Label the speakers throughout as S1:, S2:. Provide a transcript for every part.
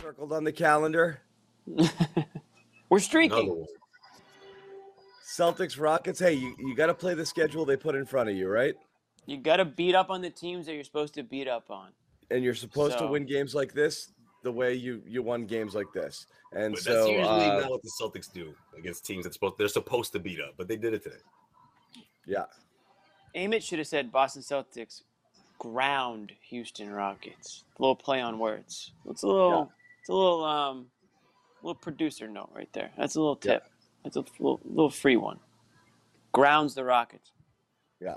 S1: Circled on the calendar.
S2: We're streaking.
S1: Celtics, Rockets. Hey, you, you got to play the schedule they put in front of you, right?
S2: You got to beat up on the teams that you're supposed to beat up on.
S1: And you're supposed to
S2: So-
S1: win games like this the way you you won games like this. And
S3: But that's
S1: so
S3: usually
S1: uh,
S3: not what the Celtics do against teams that's supposed they're supposed to beat up, but they did it today.
S1: yeah,
S2: Amit should have said Boston Celtics ground Houston Rockets. A little play on words. It's a little, it's a little, um, little producer note right there. That's a little
S1: Yeah.
S2: tip. That's a little, little free one. Grounds the Rockets.
S1: yeah.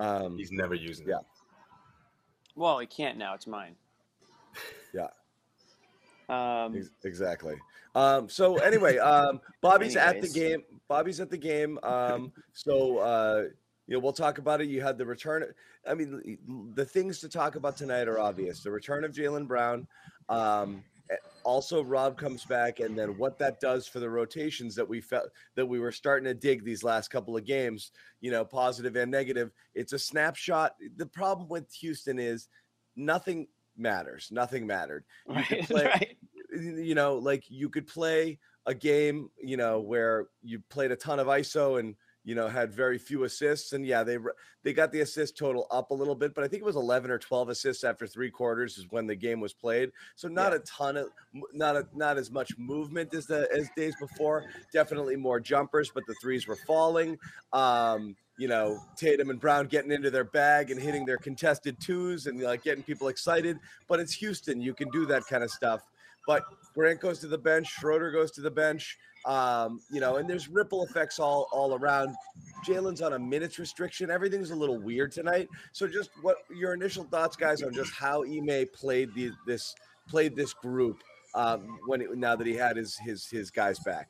S1: Um,
S3: He's never using
S1: Yeah.
S3: it.
S2: Well, he can't now. It's mine.
S1: Yeah.
S2: Um,
S1: Ex- Exactly. Um, so anyway, um, Bobby's at the
S2: Anyways.
S1: game. Bobby's at the game. Um, so uh, you know, we'll talk about it. You had the return. I mean, l- l- the things to talk about tonight are obvious. The return of Jalen Brown. Um, a- also, Rob comes back, and then what that does for the rotations that we felt that we were starting to dig these last couple of games. You know, positive and negative. It's a snapshot. The problem with Houston is nothing matters. Nothing mattered
S2: right,
S1: play-
S2: right.
S1: you know, like you could play a game, you know, where you played a ton of ISO and you know had very few assists, and yeah, they re- they got the assist total up a little bit, but I think it was eleven or twelve assists after three quarters is when the game was played. So not a ton of m- not a, not as much movement as the as days before. Definitely more jumpers, but the threes were falling. Um, you know, Tatum and Brown getting into their bag and hitting their contested twos and like getting people excited. But it's Houston; you can do that kind of stuff. But Grant goes to the bench, Schroeder goes to the bench. Um, you know, and there's ripple effects all all around. Jalen's on a minutes restriction. Everything's a little weird tonight. So just what your initial thoughts, guys, on just how Ime played the, this played this group um, when it, now that he had his his his guys back.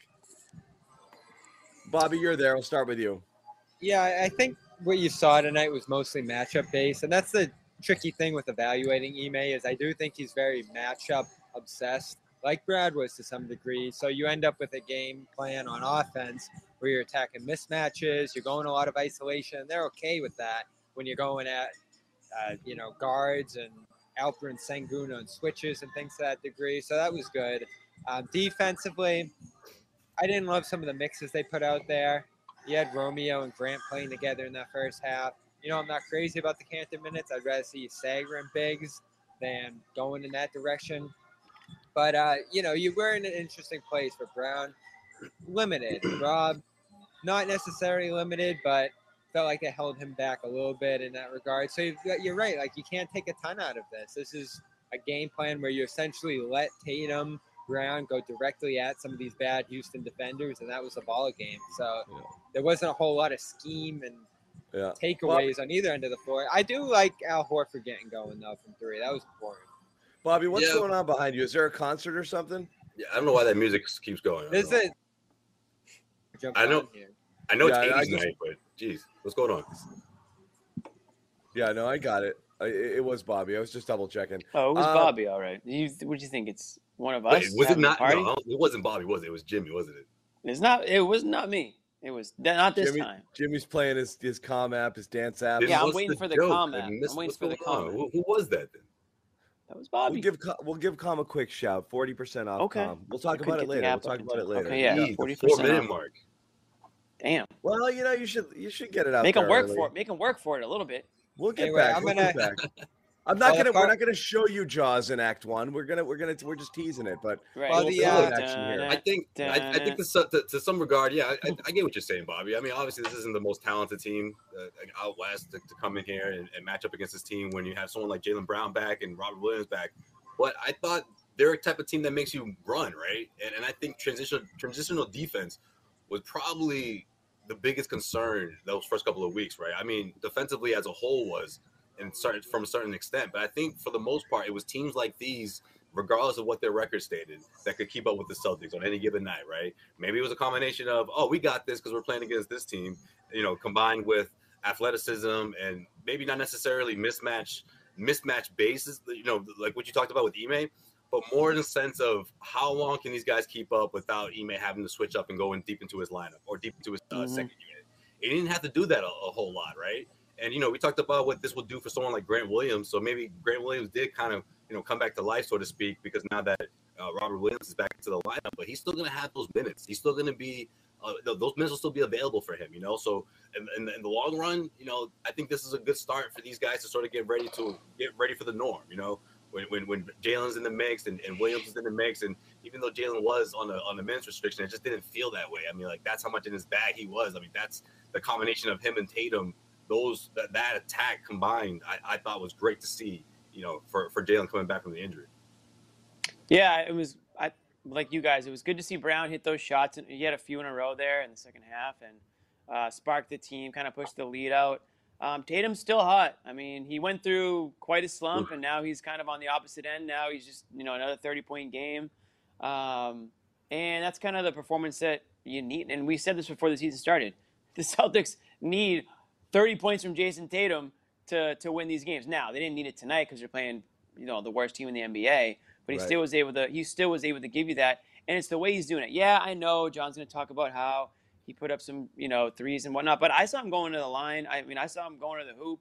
S1: Bobby, you're there. I'll start with you.
S4: Yeah, I- I think what you saw tonight was mostly matchup based, and that's the tricky thing with evaluating Ime is I do think he's very matchup obsessed, like Brad was to some degree. So you end up with a game plan on offense where you're attacking mismatches, you're going a lot of isolation, and they're okay with that when you're going at uh, you know guards and Alper and Sanguna and switches and things to that degree. So that was good. Um, defensively, I didn't love some of the mixes they put out there. You had Romeo and Grant playing together in that first half. You know, I'm not crazy about the Cantor minutes. I'd rather see Sager and Biggs than going in that direction. But, uh, you know, you were in an interesting place for Brown. Limited. Rob, not necessarily limited, but felt like it held him back a little bit in that regard. So you've, you're right. Like, you can't take a ton out of this. This is a game plan where you essentially let Tatum, Brown go directly at some of these bad Houston defenders, and that was a ball game. So there wasn't a whole lot of scheme and
S1: Yeah.
S4: takeaways on either end of the floor. I do like Al Horford getting going though from three. That was boring.
S1: Bobby, what's
S3: Yeah.
S1: going on behind you? Is there a concert or something?
S3: Yeah, I don't know why that music keeps going. I
S4: This
S3: don't know.
S4: is. Jump
S3: I know-
S4: on Here.
S3: I know
S1: Yeah, I- I
S3: it's 80s
S1: just-
S3: night, but geez, what's going on?
S1: Yeah, no, I got it. I, it it was Bobby. I was just double checking.
S2: Oh, it was
S1: Uh,
S2: Bobby. All right. You, what do you think? It's one of us.
S3: Um, Wait, was it
S2: having a
S3: not? No, I
S2: party?
S3: don't- it wasn't Bobby, was it? It was Jimmy, wasn't it?
S2: It's not. It was not me. It was not this
S1: Jimmy-
S2: time.
S1: Jimmy's playing his his com app, his dance app.
S2: Yeah, I'm
S3: what's
S2: waiting for the
S3: joke? I
S2: comment. I'm
S3: missed-
S2: waiting
S3: what's
S2: for the
S3: going on?
S2: comment.
S3: Who, who was that then?
S2: That was
S1: We'll
S2: Bobby.
S1: give Com- we'll give Com a quick shout. Forty percent off.
S2: Okay.
S1: Com. We'll talk
S2: Could
S1: about
S2: get
S1: it
S2: the
S1: later. We'll
S2: app
S1: talk
S2: up
S1: about it
S2: until-
S1: later.
S2: okay, yeah.
S3: Jeez, the
S2: 40%
S3: four minute
S2: off.
S3: mark.
S2: Damn.
S1: Well, you know, you should you should get it out.
S2: Make him
S1: there
S2: work
S1: early.
S2: for it. Make him work for it a little bit.
S1: We'll get
S4: Anyway,
S1: back.
S4: I'm
S1: we'll
S4: gonna-
S1: get back. I'm not
S4: Well,
S1: gonna. We're
S4: apart-
S1: not gonna show you Jaws in Act One. We're gonna. We're gonna. We're just teasing it. But
S2: Right.
S4: Well,
S2: We'll
S4: the,
S2: pull
S4: uh,
S2: it
S1: action here.
S2: down.
S3: I think I, I think to, so- to, to some regard, yeah, I, I, I get what you're saying, Bobby. I mean, obviously, this isn't the most talented team uh, like, out west to, to come in here and, and match up against this team when you have someone like Jalen Brown back and Robert Williams back. But I thought they're a type of team that makes you run, right? And, and I think transitional transitional defense was probably the biggest concern those first couple of weeks, right? I mean, defensively as a whole was, and certain from a certain extent. But I think for the most part, it was teams like these, regardless of what their record stated, that could keep up with the Celtics on any given night, right? Maybe it was a combination of, oh, we got this because we're playing against this team, you know, combined with athleticism and maybe not necessarily mismatch mismatch bases, you know, like what you talked about with Ime. But more in the sense of how long can these guys keep up without Ime having to switch up and going deep into his lineup or deep into his uh,
S2: Mhm.
S3: second unit? He didn't have to do that a, a whole lot, right? And you know, we talked about what this will do for someone like Grant Williams. So maybe Grant Williams did kind of you know come back to life, so to speak, because now that uh, Robert Williams is back into the lineup, but he's still going to have those minutes. He's still going to be uh, th- those minutes will still be available for him. You know, so in, in, the, in the long run, you know, I think this is a good start for these guys to sort of get ready to get ready for the norm. You know. When, when, when Jalen's in the mix and, and Williams is in the mix, and even though Jalen was on a on the men's restriction, it just didn't feel that way. I mean, like that's how much in his bag he was. I mean, that's the combination of him and Tatum those that, that attack combined, I, I thought was great to see. You know, for for Jalen coming back from the injury.
S2: Yeah, it was. I like you guys. It was good to see Brown hit those shots, and he had a few in a row there in the second half, and uh, sparked the team, kind of pushed the lead out. Um, Tatum's still hot. I mean, he went through quite a slump, and now he's kind of on the opposite end. Now he's just you know another thirty-point game, um, and that's kind of the performance that you need. And we said this before the season started. The Celtics need thirty points from Jason Tatum to to win these games. Now they didn't need it tonight because they're playing you know the worst team in the NBA, but he
S1: Right.
S2: still was able to he still was able to give you that, and it's the way he's doing it. Yeah, I know John's going to talk about how he put up some you know threes and whatnot, but I saw him going to the line. I mean, I saw him going to the hoop.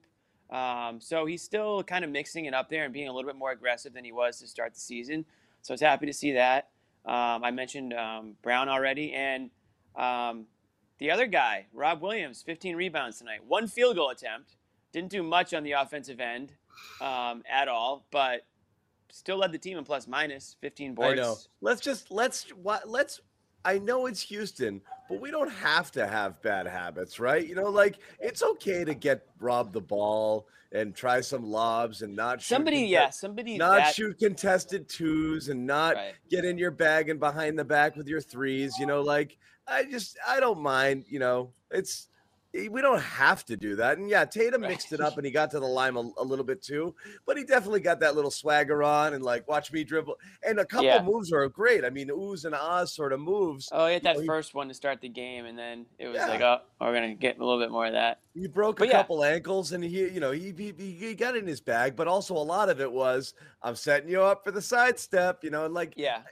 S2: Um, so he's still kind of mixing it up there and being a little bit more aggressive than he was to start the season. So I was happy to see that. Um, I mentioned um, Brown already, and um, the other guy, Rob Williams, 15 rebounds tonight, one field goal attempt. Didn't do much on the offensive end um, at all, but still led the team in plus minus 15 boards.
S1: I know. Let's just let's wha- let's. I know it's Houston, but we don't have to have bad habits, right? You know, like it's okay to get rob the ball and try some lobs and not shoot
S2: Somebody,
S1: conte-
S2: yeah, somebody
S1: not
S2: that,
S1: shoot contested twos and not
S2: right.
S1: get in your bag and behind the back with your threes. You know, like I just I don't mind. You know, it's eh, we don't have to do that. And yeah, Tatum
S2: Right.
S1: mixed it up and he got to the lime a, a little bit too, but he definitely got that little swagger on and like watch me dribble. And a couple
S2: Yeah.
S1: moves are great. I mean, oohs and ahs sort of moves.
S2: Oh, he had
S1: you know,
S2: that
S1: he-
S2: first one to start the game, and then it was
S1: Yeah.
S2: like, oh, we're gonna get a little bit more of that.
S1: He broke a
S2: But yeah.
S1: couple ankles and he, you know, he, he he he got in his bag, but also a lot of it was I'm setting you up for the sidestep, you know, and like
S2: Yeah,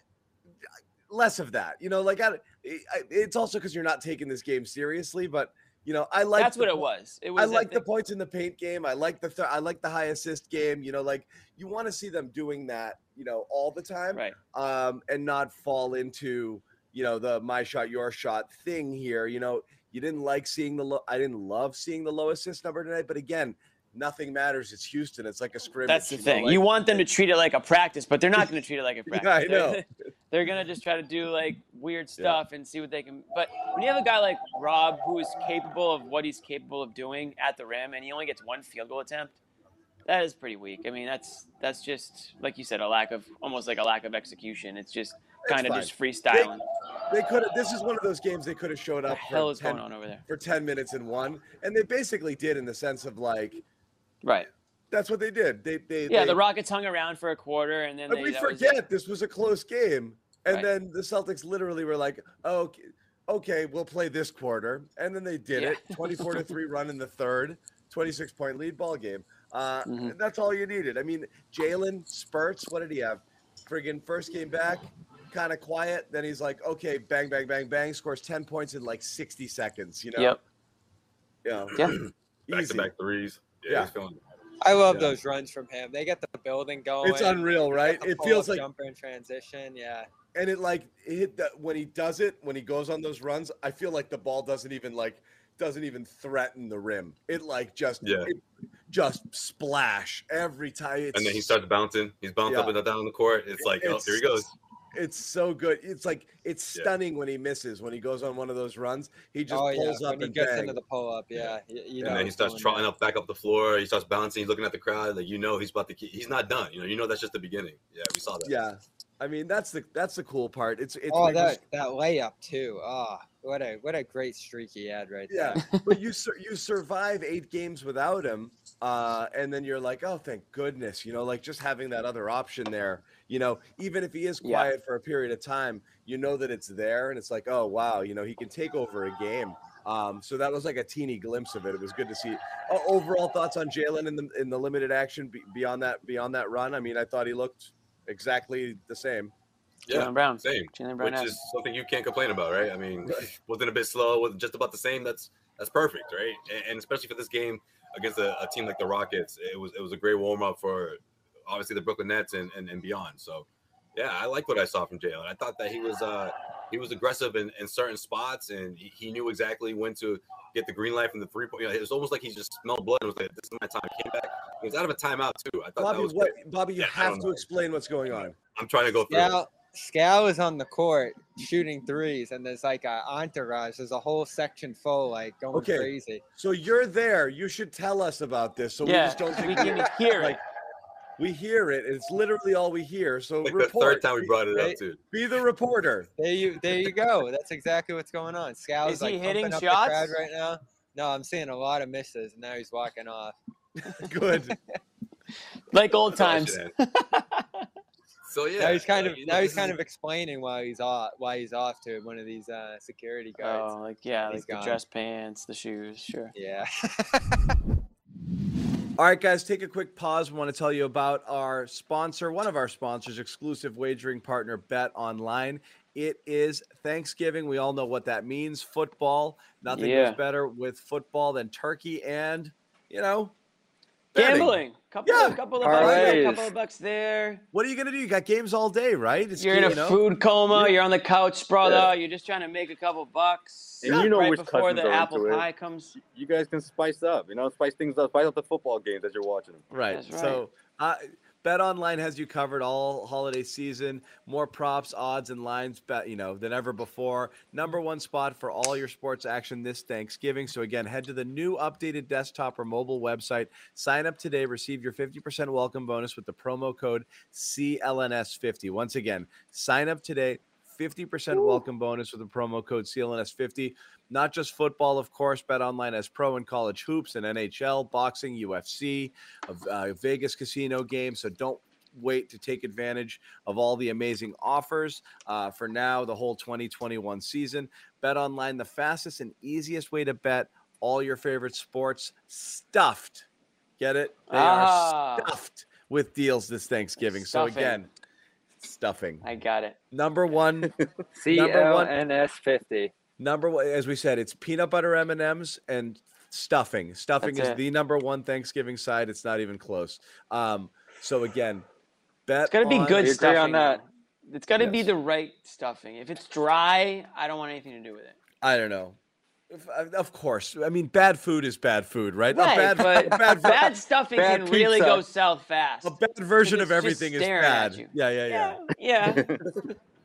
S1: less of that. You know, like I, eh, I it's also because you're not taking this game seriously. But you know, I like
S2: that's
S1: the
S2: what it
S1: po-
S2: was. It was
S1: I
S2: that
S1: like the
S2: thing-
S1: points in the paint game. I like the th- I like the high assist game. You know, like you want to see them doing that. You know, all the time,
S2: right.
S1: um, and not fall into you know the my shot your shot thing here. You know, you didn't like seeing the low. I didn't love seeing the low assist number tonight, but again. Nothing matters. It's Houston. It's like a scrimmage.
S2: That's the
S1: know,
S2: thing.
S1: like-
S2: You want them to treat it like a practice, but they're not going to treat it like a
S1: Yeah, I
S2: practice. They're-
S1: know.
S2: They're going to just try to do like weird stuff and see what they can. But when you have a guy like Rob who is capable of what he's capable of doing at the rim, and he only gets one field goal attempt, that is pretty weak. I mean, that's that's just like you said, a lack of almost like a lack of execution. It's just
S1: It's
S2: kind of
S1: fine.
S2: just freestyling.
S1: they could have. This is one of those games they could have showed
S2: What the
S1: up.
S2: hell
S1: for
S2: is
S1: 10
S2: going on over there?
S1: for 10 minutes in one and they basically did in the sense of like
S2: Right.
S1: that's what they did they they
S2: Yeah,
S1: they,
S2: the Rockets hung around for a quarter, and then
S1: and
S2: they,
S1: we
S2: that was
S1: forget
S2: it.
S1: this was a close game and
S2: Right.
S1: then the celtics literally were like oh, okay okay we'll play this quarter and then they did
S2: Yeah.
S1: it 24 to 3 run in the third 26 point lead ball game uh
S2: Mhm.
S1: and that's all you needed i mean jalen spurts what did he have friggin first game back kind of quiet then he's like okay bang bang bang bang scores 10 points in like 60 seconds you know
S2: Yep.
S1: yeah
S2: Yeah.
S3: Back
S1: Easy.
S3: to back threes. Yeah,
S1: Yeah.
S3: he's feeling it.
S4: I love
S1: Yeah.
S4: those runs from him. They get the building going.
S1: It's unreal, right?
S4: The
S1: It
S4: pull-up
S1: feels like,
S4: jumper in transition. Yeah.
S1: and it like it hit the, when he does it, when he goes on those runs, I feel like the ball doesn't even like doesn't even threaten the rim. It like just
S3: Yeah.
S1: it- just splash every time. It's
S3: and then he starts bouncing. He's bounced up
S1: Yeah.
S3: and down the court. It's like, oh,
S1: It's-
S3: here he goes.
S1: It's so good. It's like it's
S3: Yeah.
S1: stunning when he misses. When he goes on one of those runs, he just
S4: oh yeah,
S1: pulls up
S4: when he
S1: and
S4: gets
S1: bang.
S4: into the pull up, yeah, y- you know.
S3: and then he
S4: it's
S3: starts
S4: going
S3: trotting
S4: down.
S3: up back up the floor. He starts bouncing. He's looking at the crowd. Like you know, he's about to. Keep, he's not done. You know, you know that's just the beginning. Yeah, we saw that.
S1: yeah, I mean that's the that's the cool part. It's it's
S4: Oh,
S1: when you
S4: that that layup too. Ah, what a what a great streak he had right
S1: Yeah,
S4: there.
S1: but you sur- you survive eight games without him, uh, and then you're like, oh, thank goodness, you know, like just having that other option there, you know, even if he is
S2: Yeah.
S1: quiet for a period of time, you know that it's there, and it's like, oh wow, you know, he can take over a game. Um, so that was like a teeny glimpse of it. It was good to see. O- overall thoughts on Jalen in the in the limited action be- beyond that beyond that run. I mean, I thought he looked exactly the same.
S3: yeah,
S2: Jalen Brown.
S3: same.
S2: Jalen Brown.
S3: Which
S2: out.
S3: is something you can't complain about, right? I mean, wasn't a bit slow, was just about the same. That's that's perfect, right? And, and especially for this game against a, a team like the Rockets, it was it was a great warm up for obviously the Brooklyn Nets and, and, and beyond. So, yeah, I like what I saw from Jalen. I thought that he was uh he was aggressive in, in certain spots, and he, he knew exactly when to get the green light from the three point. You know, it was almost like he just smelled blood and was like, "This is my time." Came back. He was out of a timeout too. I thought that
S1: Bobby,
S3: was.
S1: what
S3: great.
S1: Bobby, you
S3: Yeah, I
S1: have
S3: don't
S1: to
S3: know.
S1: explain what's going on.
S3: I'm trying to go through. it.
S4: Scal Scal is on the court shooting threes, and there's like a entourage. There's a whole section full, like going
S1: Okay.
S4: crazy.
S1: So you're there. You should tell us about this. So we
S2: yeah,
S1: just don't
S2: we
S1: think
S2: can hear it.
S1: Like, we hear it. It's literally all we hear. So
S3: Like the
S1: report.
S3: third time we brought it up
S4: right?
S3: too.
S1: Be the reporter.
S4: There you there you go. That's exactly what's going on. Scal
S2: Is
S4: is like
S2: he hitting
S4: pumping up the
S2: shots?
S4: crowd right now. No, I'm seeing a lot of misses, and now he's walking off.
S1: Good.
S2: like old
S3: That's all I
S2: times.
S3: should add. so yeah,
S4: now he's kind
S1: uh,
S4: of
S3: you know,
S4: now he's
S3: this
S4: kind
S3: is-
S4: of explaining why he's off why he's off to one of these uh, security guards.
S2: Oh, like yeah,
S4: He's
S2: like the
S4: gone.
S2: dress pants, the shoes, sure.
S4: Yeah.
S1: All right, guys, take a quick pause. We want to tell you about our sponsor, one of our sponsors, exclusive wagering partner Bet Online. It is Thanksgiving. We all know what that means. Football. Nothing
S2: Yeah.
S1: goes better with football than turkey and, you know, betting.
S2: Gambling. Couple,
S1: Yeah.
S2: couple of
S5: All
S2: bucks here,
S5: right.
S2: couple of bucks there.
S1: What are you gonna do? You got games all day, right?
S2: You're in
S1: you
S2: a
S1: know,
S2: food coma. You're on the couch, sprawled
S5: Yeah.
S2: out. You're just trying to make a couple bucks.
S5: And you know
S2: right
S5: which
S2: before
S5: cousins
S2: the
S5: are
S2: apple
S5: into it.
S2: pie comes.
S5: You guys can spice up, you know, spice things up, spice up the football games as you're watching them.
S1: Right.
S2: That's right.
S1: So, uh, Bet Online has you covered all holiday season. More props, odds, and lines, bet you know than ever before. Number one spot for all your sports action this Thanksgiving. So again, head to the new updated desktop or mobile website. Sign up today. Receive your 50% welcome bonus with the promo code CLNS50. Once again, sign up today. 50% welcome bonus with the promo code CLNS50. Not just football, of course. Bet Online has pro and college hoops and NHL, boxing, UFC, a uh, Vegas casino game. So don't wait to take advantage of all the amazing offers uh, for now, the whole 2021 season. Bet online, the fastest and easiest way to bet all your favorite sports stuffed. Get it? They
S2: Ah.
S1: are stuffed with deals this Thanksgiving. So
S2: Stuffing.
S1: again, stuffing.
S2: I got it.
S1: Number one Number one-
S5: CLNS 50.
S1: Number one, as we said, it's peanut butter M and M's and stuffing. Stuffing
S2: That's
S1: is
S2: it.
S1: the number one Thanksgiving side. It's not even close. Um, so again, bet
S2: It's gotta be
S1: on-
S2: good
S5: agree on
S2: stuffing.
S5: that?
S2: though. It's gotta be
S1: Yes.
S2: the right stuffing. If it's dry, I don't want anything to do with it.
S1: I don't know. If- uh, Of course, I mean, bad food is bad food, right? A
S2: Right,
S1: bad,
S2: but
S1: a bad, ver-
S2: bad stuffing
S5: Bad
S2: can really
S5: pizza.
S2: go south fast.
S1: a bad version
S2: it's
S1: of
S2: just
S1: everything is
S2: staring at
S1: bad.
S2: you.
S1: Yeah, yeah, yeah.
S2: yeah.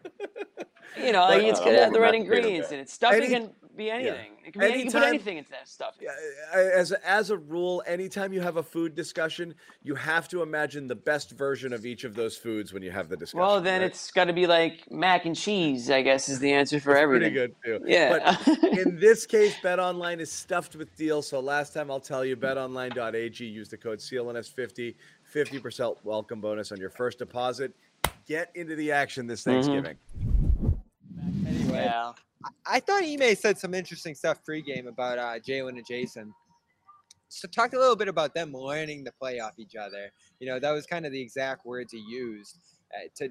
S2: you know,
S1: But,
S2: like it's
S5: uh,
S2: gonna have the right
S5: not potato
S2: ingredients
S5: bag.
S2: in it. Stuffing
S1: Any-
S2: can be anything. It can be any, you can put
S1: Anytime-
S2: anything into that stuffing.
S1: Yeah, I- I- As as a rule, anytime you have a food discussion, you have to imagine the best version of each of those foods when you have the discussion.
S2: Well, then
S1: right?
S2: it's got to be like mac and cheese. I guess is the answer for
S1: pretty
S2: everything.
S1: good too. But
S2: Yeah.
S1: in this case, BetOnline is stuffed with deals. So last time I'll tell you, betonline.ag, use the code CLNS50, 50% welcome bonus on your first deposit. Get into the action this Thanksgiving.
S4: Anyway,
S2: yeah.
S4: I thought Ime said some interesting stuff pregame about uh, Jalen and Jason. So talk a little bit about them learning to play off each other. You know, that was kind of the exact words he used uh, to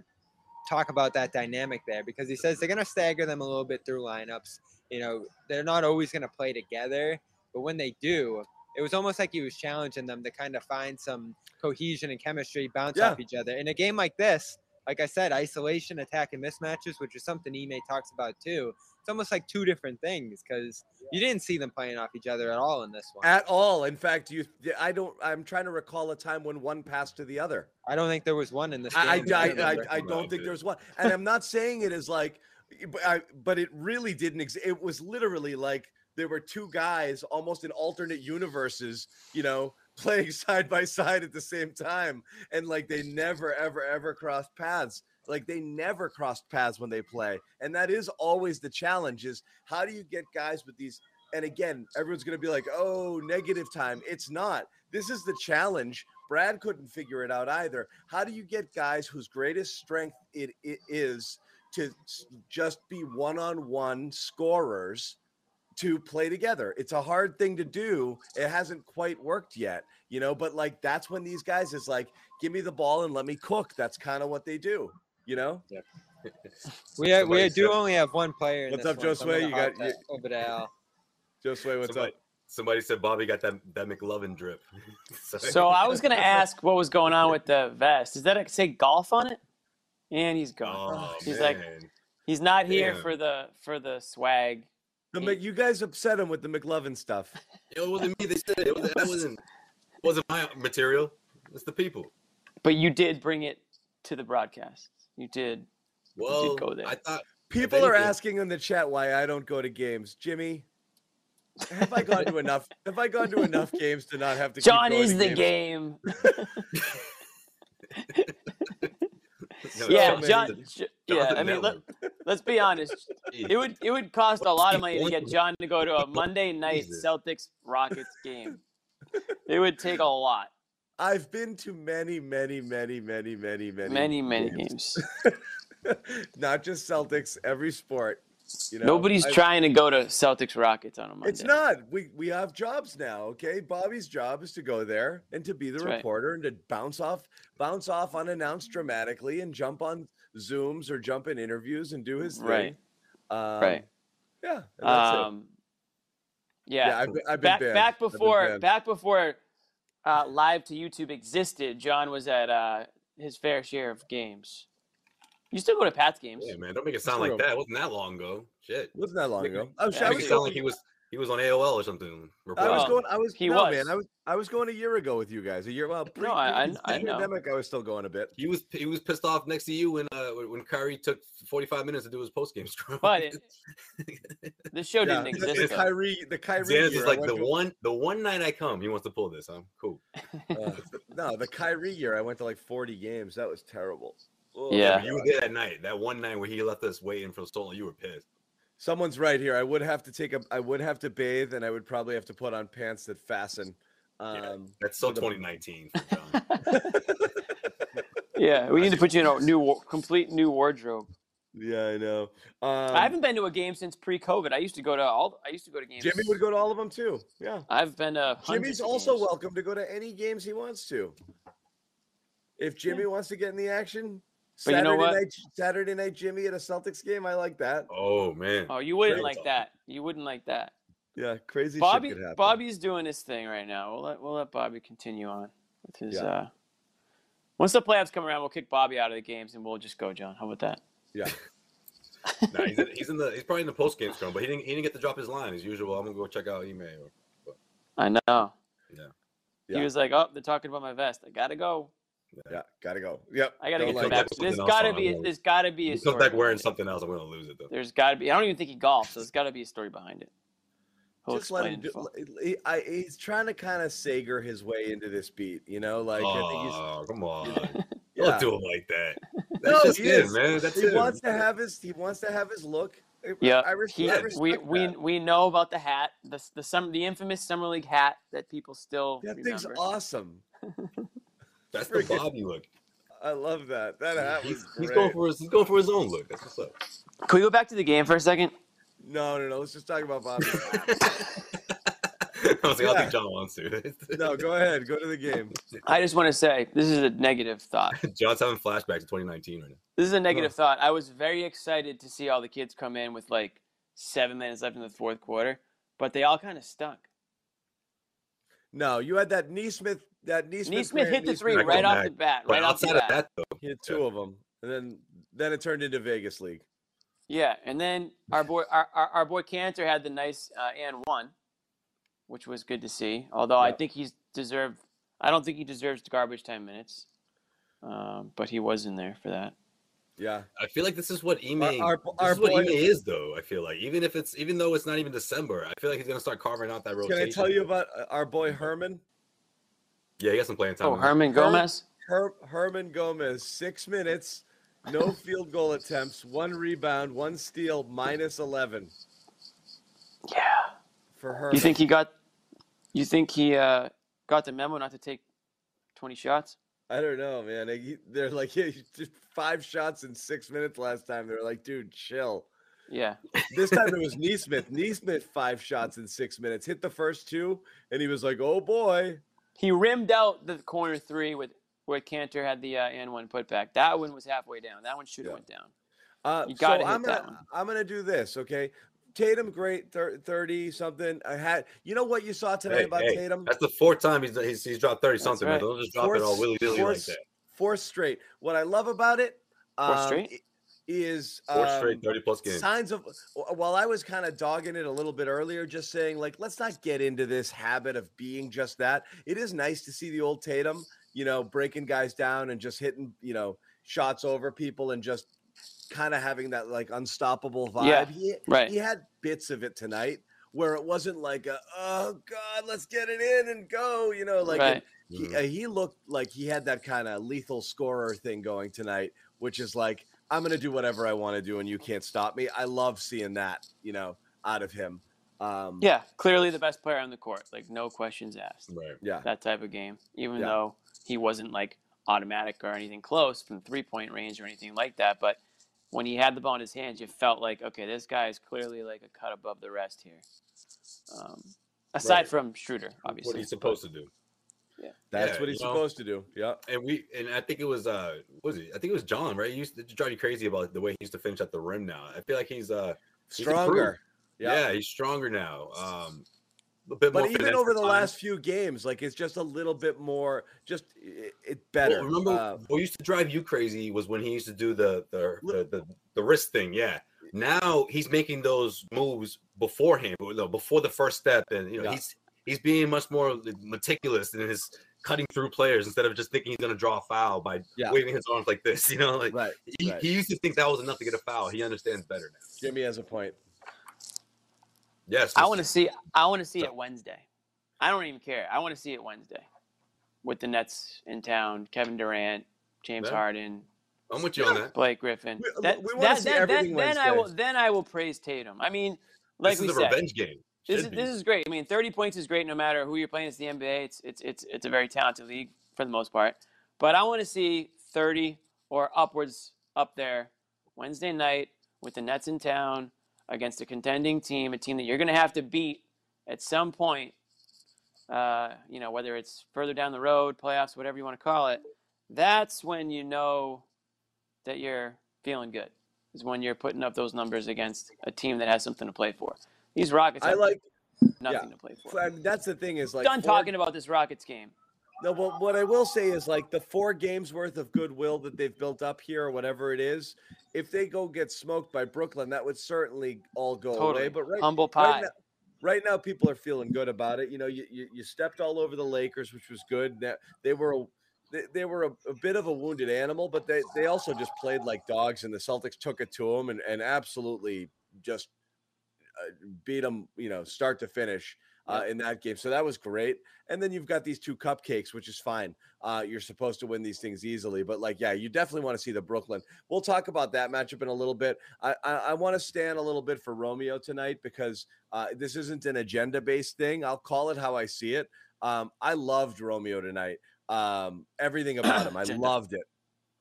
S4: talk about that dynamic there because he says they're going to stagger them a little bit through lineups. You know, they're not always going to play together, but when they do, it was almost like he was challenging them to kind of find some cohesion and chemistry, bounce off each other. In a game like this, like I said, isolation, attack, and mismatches, which is something Ime talks about too. It's almost like two different things because you didn't see them playing off each other at all in this one.
S1: at all. In fact, you, I don't. I'm trying to recall a time when one passed to the other.
S4: I don't think there was one in this.
S1: I,
S4: game.
S1: I, I, I,
S4: remember.
S1: I don't think there's one, and I'm not saying it is like, but I, but it really didn't. Ex- it was literally like there were two guys almost in alternate universes, you know, playing side by side at the same time, and like they never, ever, ever crossed paths. Like they never crossed paths when they play, and that is always the challenge: is how do you get guys with these? And again, everyone's going to be like, "Oh, negative time." It's not. This is the challenge. Brad couldn't figure it out either. How do you get guys whose greatest strength it, it is to s- just be one on one scorers to play together? It's a hard thing to do. It hasn't quite worked yet, you know, but like that's when these guys is like, give me the ball and let me cook. That's kind of what they do, you know?
S4: We, ha- we
S3: Somebody
S4: do
S3: said-
S4: only have one player. In
S1: What's
S4: this
S1: up,
S4: one, so I'm
S1: Josue?
S4: gonna
S1: You got-
S4: hop that over to Al.
S1: Josue, what's
S3: somebody,
S1: up?
S3: somebody said Bobby got that that McLovin drip.
S2: So I was gonna ask what was going on with the vest. Does that say golf on it? And he's gone.
S3: Oh,
S2: He's like-
S3: man.
S2: he's not here
S3: damn.
S2: for the for the swag.
S1: The, Mc- you guys upset him with the McLovin stuff.
S3: it wasn't me. They said it, was, that wasn't wasn't my material. It's the people.
S2: But you did bring it to the broadcast. You did.
S3: Well,
S2: go there.
S3: I thought
S1: People are
S3: anything-
S1: asking in the chat why I don't go to games. Jimmy, have I gone to enough? Have I gone to enough games to not have to? keep
S2: John
S1: going
S2: is
S1: to
S2: the
S1: games?
S2: game.
S3: no,
S2: yeah,
S1: John-
S2: John. J- yeah,
S3: John's a
S2: I mean, let,
S3: network.
S2: let's be honest. It would it would cost a lot of money to get John to go to a Monday night
S3: Jesus.
S2: Celtics Rockets game. It would take a lot,
S1: I've been to many, many, many, many, many, many,
S2: many many games.
S1: not just Celtics. Every sport. You know,
S2: Nobody's
S1: I've-
S2: trying to go to Celtics Rockets on a Monday.
S1: It's not. We we have jobs now. Okay, Bobby's job is to go there and to be the
S2: That's right.
S1: reporter and to bounce off, bounce off unannounced dramatically and jump on Zooms or jump in interviews and do his thing.
S2: Right.
S1: Um,
S2: Right.
S1: Yeah. and that's it.
S2: Um, yeah.
S1: Yeah, I've, been- I've been
S2: back
S1: banned.
S2: back
S1: I've been
S2: before
S1: banned.
S2: back before uh, live to YouTube existed. John was at uh, his fair share of games. You still go to Pat's games.
S3: Yeah, man, don't make it sound like
S1: True.
S3: that. It wasn't that long ago. Shit.
S1: Wasn't that long
S3: Make-
S1: ago? I was,
S2: Yeah,
S1: I
S3: Make
S1: was
S2: was
S3: it sound
S1: going,
S3: like he was he was on AOL or something.
S1: I was
S2: Well,
S3: reporting.
S1: going. I was.
S2: he
S1: no,
S2: was.
S1: man. I was. I was going a year ago with you guys. A year. Well, pre,
S2: I-
S1: pre-
S2: I- I know.
S1: pandemic, I was still going a bit.
S3: He was he was pissed off next to you when uh when when Kyrie took 45 minutes to do his post game scrum.
S2: But it, this show didn't
S1: the-
S2: exist.
S1: The
S2: though.
S1: Kyrie. The Kyrie.
S3: Xanax
S1: year,
S3: is
S1: I
S3: like
S1: went
S3: the
S1: to-
S3: one the one night I come, he wants to pull this. I'm cool.
S1: uh, no, the Kyrie year. I went to like 40 games. That was terrible. Oh,
S2: Yeah.
S3: But You were there that night, that one night where he left us waiting for so long. You were pissed.
S1: Someone's right here. I would have to take a. I would have to bathe, and I would probably have to put on pants that fasten. Um,
S3: That's so
S1: For the-
S3: 2019. for John.
S2: Yeah, we need to put you in a new, wa- complete new wardrobe.
S1: yeah, I know. Um,
S2: I haven't been to a game since pre-COVID. I used to go to all. I used to go to games.
S1: Jimmy would go to all of them too. Yeah.
S2: I've been to. hundreds
S1: Jimmy's
S2: of
S1: also
S2: games.
S1: welcome to go to any games he wants to. If Jimmy wants to get in the action,
S2: But you
S1: Saturday
S2: know what?
S1: night, Saturday night Jimmy at a Celtics game, I like that.
S3: Oh man.
S2: Oh, you wouldn't
S3: Great
S2: like
S3: talk.
S2: that. You wouldn't like that.
S1: Yeah, crazy
S2: Bobby,
S1: shit could happen.
S2: Bobby's doing his thing right now. We'll let we'll let Bobby continue on with his.
S1: Yeah.
S2: Uh, once the playoffs come around, we'll kick Bobby out of the games and we'll just go, John. How about that?
S1: yeah,
S3: Nah, he's, in, he's in the he's probably in the post game scrum, but he didn't he didn't get to drop his line as usual. I'm gonna go check out email.
S2: I know.
S3: Yeah.
S1: Yeah.
S2: He was like, "Oh, they're talking about my vest. I gotta go.
S1: yeah, gotta go. Yep,
S2: I gotta
S1: don't
S2: get
S3: like
S2: some
S3: that.
S2: action. There's
S3: Something else
S2: gotta
S3: on
S2: be.
S3: it.
S2: There's gotta be a
S3: He
S2: story.
S3: comes back wearing
S2: behind it.
S3: something else. I'm gonna lose it though.
S2: There's gotta be. I don't even think he golfs, so there's gotta be a story behind it. He'll
S1: Just let
S2: explain
S1: him.
S2: it
S1: Do,
S2: full.
S1: he- I, he's trying to kind of Sager his way into this beat, you know. Like I think he's.
S3: oh come on!
S1: Yeah.
S3: Don't do him like that.
S1: No,
S3: That's just
S1: he
S3: him,
S1: is.
S3: man. That's
S1: he
S3: him.
S1: wants to have his. He wants to have his look. I-
S2: Yeah,
S1: I, res-
S2: he- uh,
S1: I
S3: respect
S2: we we
S1: that.
S2: we know about the hat, the s- the sum, the infamous summer league hat that people still
S1: That thing's
S2: remember.
S1: awesome.
S3: That's the
S1: freaking-
S3: Bobby look.
S1: I love that. That hat was
S3: He's,
S1: great.
S3: he's going for his he's going for his own look. That's what's up.
S2: Can we go back to the game for a second?
S1: No, no, no. Let's just talk about Bobby.
S3: I was like, I don't
S1: Yeah.
S3: think John wants to.
S1: no, go ahead. Go to the game.
S2: I just want to say this is a negative thought.
S3: John's having flashbacks to 2019 right now.
S2: This is a negative thought. I was very excited to see all the kids come in with like seven minutes left in the fourth quarter, but they all kind of stunk.
S1: No, you had that Neesmith. That Neesmith.
S2: Neesmith
S1: Grant
S2: hit the
S1: Neesmith
S2: three
S3: Grant
S2: right
S1: goal.
S2: off
S3: back.
S2: the bat.
S3: But
S2: Right off
S3: outside
S2: the bat.
S3: of that, though,
S1: He had two of them. and then then it turned into Vegas League.
S2: Yeah, and then our boy our, our, our boy Cantor had the nice uh, and one, which was good to see. Although I
S1: Yeah.
S2: think he's deserved. I don't think he deserves garbage time minutes, um, but he was in there for that.
S1: Yeah,
S3: I feel like this is what Ime.
S4: our-
S3: this
S4: our
S3: is what
S4: boy-
S3: Ime is, though. I feel like even if it's even though it's not even December, I feel like he's gonna start carving out that rotation.
S1: can I tell you about uh, our boy Herman?
S3: Yeah, he got some playing time.
S2: Oh,
S3: in him.
S2: Herman Gomez.
S1: Her- Herman Gomez, six minutes, no field goal attempts, one rebound, one steal, minus eleven
S2: Yeah.
S1: for Herman.
S2: You think he got? You think he uh, got the memo not to take twenty shots?
S1: I don't know, man. Like, he- They're like, yeah, you did five shots in six minutes last time. They were like, dude, chill.
S2: Yeah.
S1: This time it was Neesmith. Neesmith five shots in six minutes. Hit the first two, and he was like, "Oh boy."
S2: He rimmed out the corner three with where Cantor had the uh, and one put back. That one was halfway down. That one should have
S1: Yeah.
S2: went down.
S1: Uh,
S2: You gotta
S1: so
S2: hit
S1: I'm
S2: that
S1: gonna
S2: one.
S1: I'm gonna do this, okay? Tatum, great, thir- thirty something. I had, you know what you saw today
S3: Hey,
S1: about
S3: hey,
S1: Tatum?
S3: That's the fourth time he's he's, he's dropped thirty something.
S2: right.
S3: Man, don't just drop it all
S1: Fourth-
S3: willy nilly like
S1: fourth-
S3: that.
S1: Fourth straight. What I love about it,
S2: Fourth
S1: um,
S2: straight?
S1: i- is
S3: Four
S1: um,
S3: straight thirty plus games.
S1: signs of wh- while i was kind of dogging it a little bit earlier just saying like let's not get into this habit of being just that it is nice to see the old tatum you know breaking guys down and just hitting you know shots over people and just kind of having that like unstoppable vibe
S2: Yeah,
S1: he,
S2: right.
S1: he had bits of it tonight where it wasn't like a, oh god let's get it in and go you know like and-
S2: right.
S1: he,
S3: Mhm.
S1: uh, he looked like he had that kind of lethal scorer thing going tonight, which is like, I'm going to do whatever I want to do and you can't stop me. I love seeing that, you know, out of him. Um,
S2: Yeah, clearly the best player on the court, like no questions asked.
S3: Right.
S1: Yeah.
S2: That type of game, even
S1: Yeah.
S2: though he wasn't like automatic or anything close from three point range or anything like that. But when he had the ball in his hands, you felt like, okay, this guy is clearly like a cut above the rest here. Um, aside
S3: Right.
S2: from Schroeder, obviously.
S3: What he's supposed to do.
S1: That's
S3: Yeah,
S1: what he's
S3: you know.
S1: supposed to do. Yeah.
S3: and we and I think it was uh what was it? I think it was John, right? He used to drive you crazy about the way he used to finish at the rim now. I feel like he's uh He's improved.
S1: Stronger. Yeah.
S3: yeah, he's stronger now. Um a bit more
S1: But even
S3: finesse
S1: over
S3: at
S1: the
S3: times.
S1: last few games, like it's just a little bit more, just it, it better.
S3: Well, remember
S1: Uh,
S3: what used to drive you crazy was when he used to do the the
S1: Li-
S3: the, the, the wrist thing, yeah. Now he's making those moves beforehand, but no, before the first step, and you know
S1: Yeah.
S3: he's he's being much more meticulous in his cutting through players instead of just thinking he's going to draw a foul by
S1: Yeah.
S3: waving his arms like this. You know, like
S1: right.
S3: He,
S1: Right.
S3: he used to think that was enough to get a foul. He understands better now.
S1: Jimmy has a point.
S3: Yes,
S2: I
S3: Mr.
S2: want to see. I want to see it Wednesday. I don't even care. I want to see it Wednesday, with the Nets in town, Kevin Durant, James
S3: Yeah.
S2: Harden,
S3: I'm with you on that.
S2: Blake Griffin.
S1: We-
S2: That-
S1: we wanna
S2: that-
S1: see
S2: then- then-
S1: everything
S2: then I
S1: Wednesday.
S2: will then I will praise Tatum. I mean, like
S3: this
S2: we
S3: is a
S2: said,
S3: revenge game.
S2: this
S3: Should
S2: is
S3: be.
S2: this is great. I mean, thirty points is great no matter who you're playing. It's the NBA. It's it's it's it's a very talented league for the most part. But I want to see thirty or upwards up there Wednesday night with the Nets in town against a contending team, a team that you're going to have to beat at some point. Uh, you know, whether it's further down the road, playoffs, whatever you want to call it. That's when you know that you're feeling good. Is when you're putting up those numbers against a team that has something to play for. These Rockets.
S1: I
S2: have
S1: like,
S2: nothing
S1: Yeah.
S2: to play for.
S1: I mean, that's the thing is like,
S2: Done
S1: four-
S2: talking about this Rockets game.
S1: No, but what I will say is like the four games worth of goodwill that they've built up here, or whatever it is, if they go get smoked by Brooklyn, that would certainly all go
S2: Totally.
S1: away. But right,
S2: Humble
S1: right,
S2: pie.
S1: now, right now, people are feeling good about it. You know, you, you, you stepped all over the Lakers, which was good. That they were a, they, they were a, a bit of a wounded animal, but they they also just played like dogs, and the Celtics took it to them and and absolutely just uh, beat them. You know, start to finish. Uh, in that game, so that was great, and then you've got these two cupcakes, which is fine. Uh, you're supposed to win these things easily, but like, yeah, you definitely want to see the Brooklyn. We'll talk about that matchup in a little bit. I I, I want to stand a little bit for Romeo tonight because uh, this isn't an agenda based thing. I'll call it how I see it. Um, I loved Romeo tonight. Um, everything about him, I
S2: Agenda.
S1: loved it.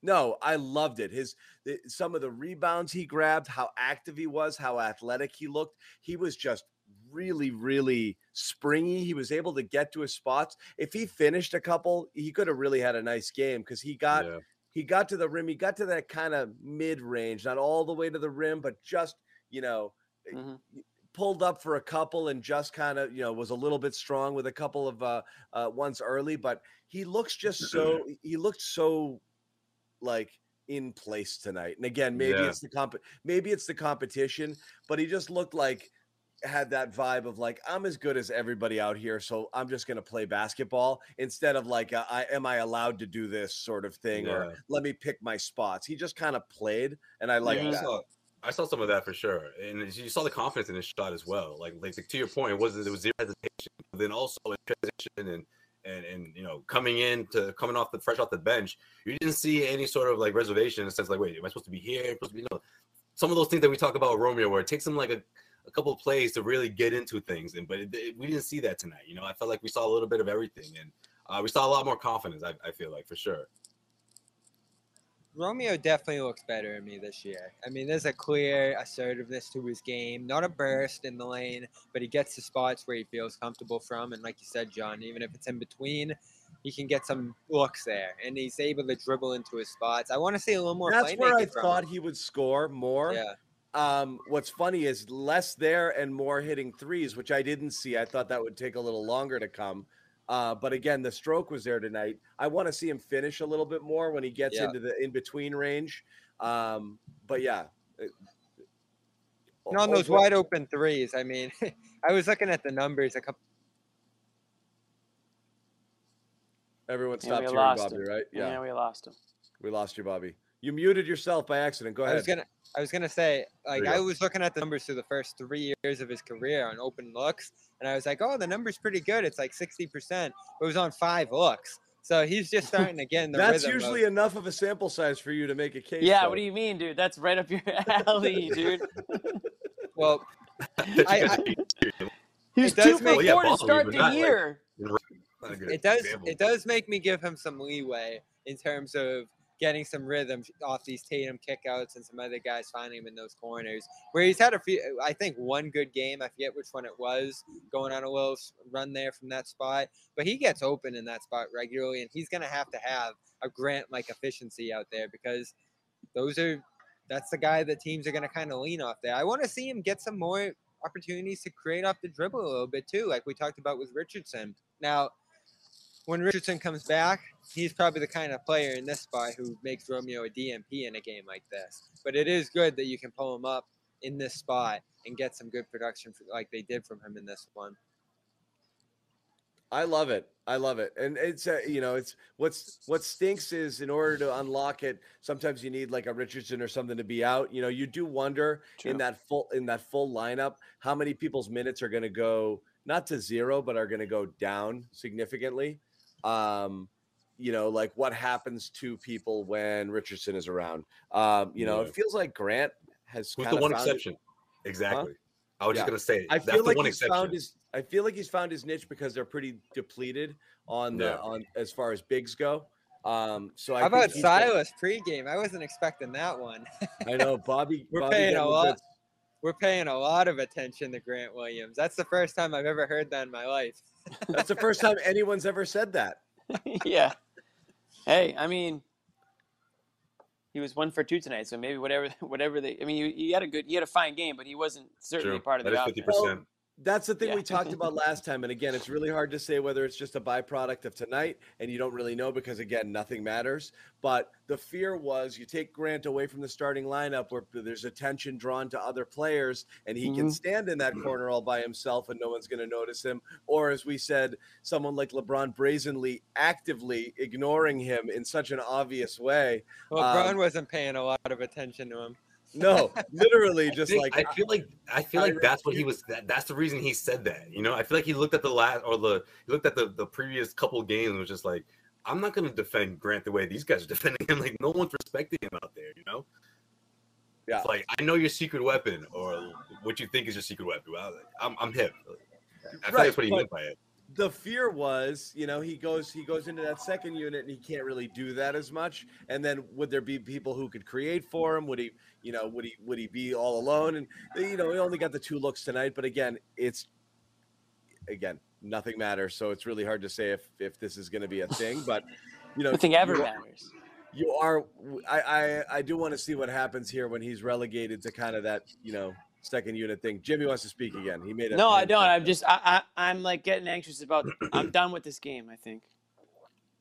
S1: No, I loved it. His the, some of the rebounds he grabbed, how active he was, how athletic he looked. He was just really, really springy. He was able to get to his spots. If he finished a couple, he could have really had a nice game because he got
S3: Yeah.
S1: he got to the rim. He got to that kind of mid range, not all the way to the rim, but just you know
S2: Mhm.
S1: pulled up for a couple and just kind of you know was a little bit strong with a couple of uh, uh ones early. But he looks just so he looked so like in place tonight. And again, maybe
S3: Yeah.
S1: it's the comp maybe it's the competition, but he just looked like had that vibe of like I'm as good as everybody out here, so I'm just going to play basketball instead of like uh, I am I allowed to do this sort of thing or
S3: Yeah.
S1: let me pick my spots. He just kind of played and I like
S3: Yeah, I
S1: that.
S3: saw, I saw some of that for sure, and you saw the confidence in his shot as well. Like, like to your point, it wasn't it was zero hesitation. But then also in transition and and and you know coming in to coming off the fresh off the bench, you didn't see any sort of like reservation in the sense like, wait, am I supposed to be here? Am I supposed to be no. Some of those things that we talk about Romeo, where it takes him like a, a couple of plays to really get into things, and but it, it- we didn't see that tonight. You know, I felt like we saw a little bit of everything, and uh, we saw a lot more confidence. I, I feel like for sure.
S4: Romeo definitely looks better in me this year. I mean, there's a clear assertiveness to his game, not a burst in the lane, but he gets to spots where he feels comfortable from. And like you said, John, even if it's in between, he can get some looks there, and he's able to dribble into his spots. I want to see a little more.
S1: That's where I
S4: playmaking from
S1: thought
S4: him.
S1: he would score more.
S4: Yeah,
S1: Um, what's funny is less there and more hitting threes, which I didn't see. I thought that would take a little longer to come. Uh, but again, the stroke was there tonight. I want to see him finish a little bit more when he gets
S4: Yeah.
S1: into the in between range. Um, but yeah, it-
S4: and on those
S1: overall-
S4: wide open threes, I mean, I was looking at the numbers a couple.
S1: everyone
S2: Yeah,
S1: stopped
S2: we
S1: hearing
S2: lost
S1: Bobby,
S2: him.
S1: right? Yeah,
S2: Yeah, we lost him.
S1: we lost you, Bobby. You muted yourself by accident. Go
S4: I was
S1: ahead.
S4: gonna I was gonna say like
S3: you
S4: I
S3: go.
S4: was looking at the numbers through the first three years of his career on open looks, and I was like, oh, the number's pretty good. It's like sixty percent. It was on five looks, so he's just starting to get in the
S1: That's
S4: rhythm of-
S1: usually enough of a sample size for you to make a case.
S2: Yeah,
S1: though.
S2: what do you mean, dude? That's right up your alley, dude.
S4: well. I, I,
S2: He was
S4: does
S2: two
S4: make-
S2: for
S4: Well,
S3: yeah,
S2: four to
S3: Baldwin,
S2: start
S3: but
S2: the
S3: not, like-
S2: year.
S3: Not a good
S4: it does
S3: example.
S4: it does make me give him some leeway in terms of getting some rhythm off these Tatum kickouts and some other guys finding him in those corners where he's had a few I think one good game I forget which one it was going on a little s- run there from that spot but he gets open in that spot regularly and he's going to have to have a grant like efficiency out there because those are that's the guy that teams are going to kind of lean off there I want to see him get some more opportunities to create off the dribble a little bit too like we talked about with Richardson now when Richardson comes back, he's probably the kind of player in this spot who makes Romeo a DMP in a game like this. But it is good that you can pull him up in this spot and get some good production for, like they did from him in this one.
S1: I love it. I love it. And it's uh, you know, it's what's what stinks is in order to unlock it, sometimes you need like a Richardson or something to be out. You know, you do wonder in
S2: True.
S1: that full in that full lineup how many people's minutes are going to go not to zero but are going to go down significantly. Um you know, like what happens to people when Richardson is around. Um, you know,
S3: Yeah.
S1: it feels like Grant has
S3: With the
S1: kinda
S3: one
S1: found it-
S3: exception. Exactly. I was
S1: Yeah.
S3: just gonna say
S1: I
S3: that's
S1: feel
S3: the
S1: like
S3: one
S1: he's
S3: exception.
S1: found his. I feel like he's found his niche because they're pretty depleted on
S3: Yeah.
S1: the on as far as bigs go. Um, so I
S4: How
S1: think
S4: about
S1: he's got-
S4: Silas pregame? I wasn't expecting that one.
S1: I know Bobby.
S4: We're
S1: Bobby
S4: paying a
S1: getting
S4: lot.
S1: bits.
S4: We're paying a lot of attention to Grant Williams. That's the first time I've ever heard that in my life.
S1: That's the first time anyone's ever said that.
S2: yeah. Hey, I mean, he was one for two tonight, so maybe whatever, whatever they. I mean, he, he had a good, he had a fine game, but he wasn't certainly
S3: True.
S2: part of
S3: That
S2: the
S3: is
S2: offense.
S3: 50%.
S1: That's the thing
S2: Yeah.
S1: we talked about last time. And again, it's really hard to say whether it's just a byproduct of tonight and you don't really know because, again, nothing matters. But the fear was you take Grant away from the starting lineup where there's attention drawn to other players and he can
S3: Mm-hmm.
S2: Mhm.
S1: stand in that corner all by himself and no one's going to notice him. Or, as we said, someone like LeBron brazenly, actively ignoring him in such an obvious way.
S4: Well,
S1: Um,
S4: Brown wasn't paying a lot of attention to him.
S1: No, literally,
S3: I
S1: just
S3: think-
S1: like
S3: I feel like I feel
S1: I
S3: like that's what he was. That, that's the reason he said that. You know, I feel like he looked at the last or the he looked at the the previous couple games and was just like, I'm not going to defend Grant the way these guys are defending him. Like no one's respecting him out there. You know.
S1: Yeah.
S3: It's like I know your secret weapon or what you think is your secret weapon. Well, I'm I'm hip. I think
S1: Right,
S3: that's what he
S1: but-
S3: meant by it.
S1: the fear was, you know, he goes he goes into that second unit and he can't really do that as much. And then would there be people who could create for him? Would he, you know, would he would he be all alone? And you know, he only got the two looks tonight, but again, it's again, nothing matters. So it's really hard to say if if this is going to be a thing, but you know,
S2: Nothing ever
S1: you-
S2: matters.
S1: you are I I, I do want to see what happens here when he's relegated to kind of that, you know, second unit thing. Jimmy wants to speak again. He made a
S2: No, I
S1: hand
S2: don't.
S1: gesture.
S2: I'm just, I, I, I'm like getting anxious about. I'm done with this game. I think,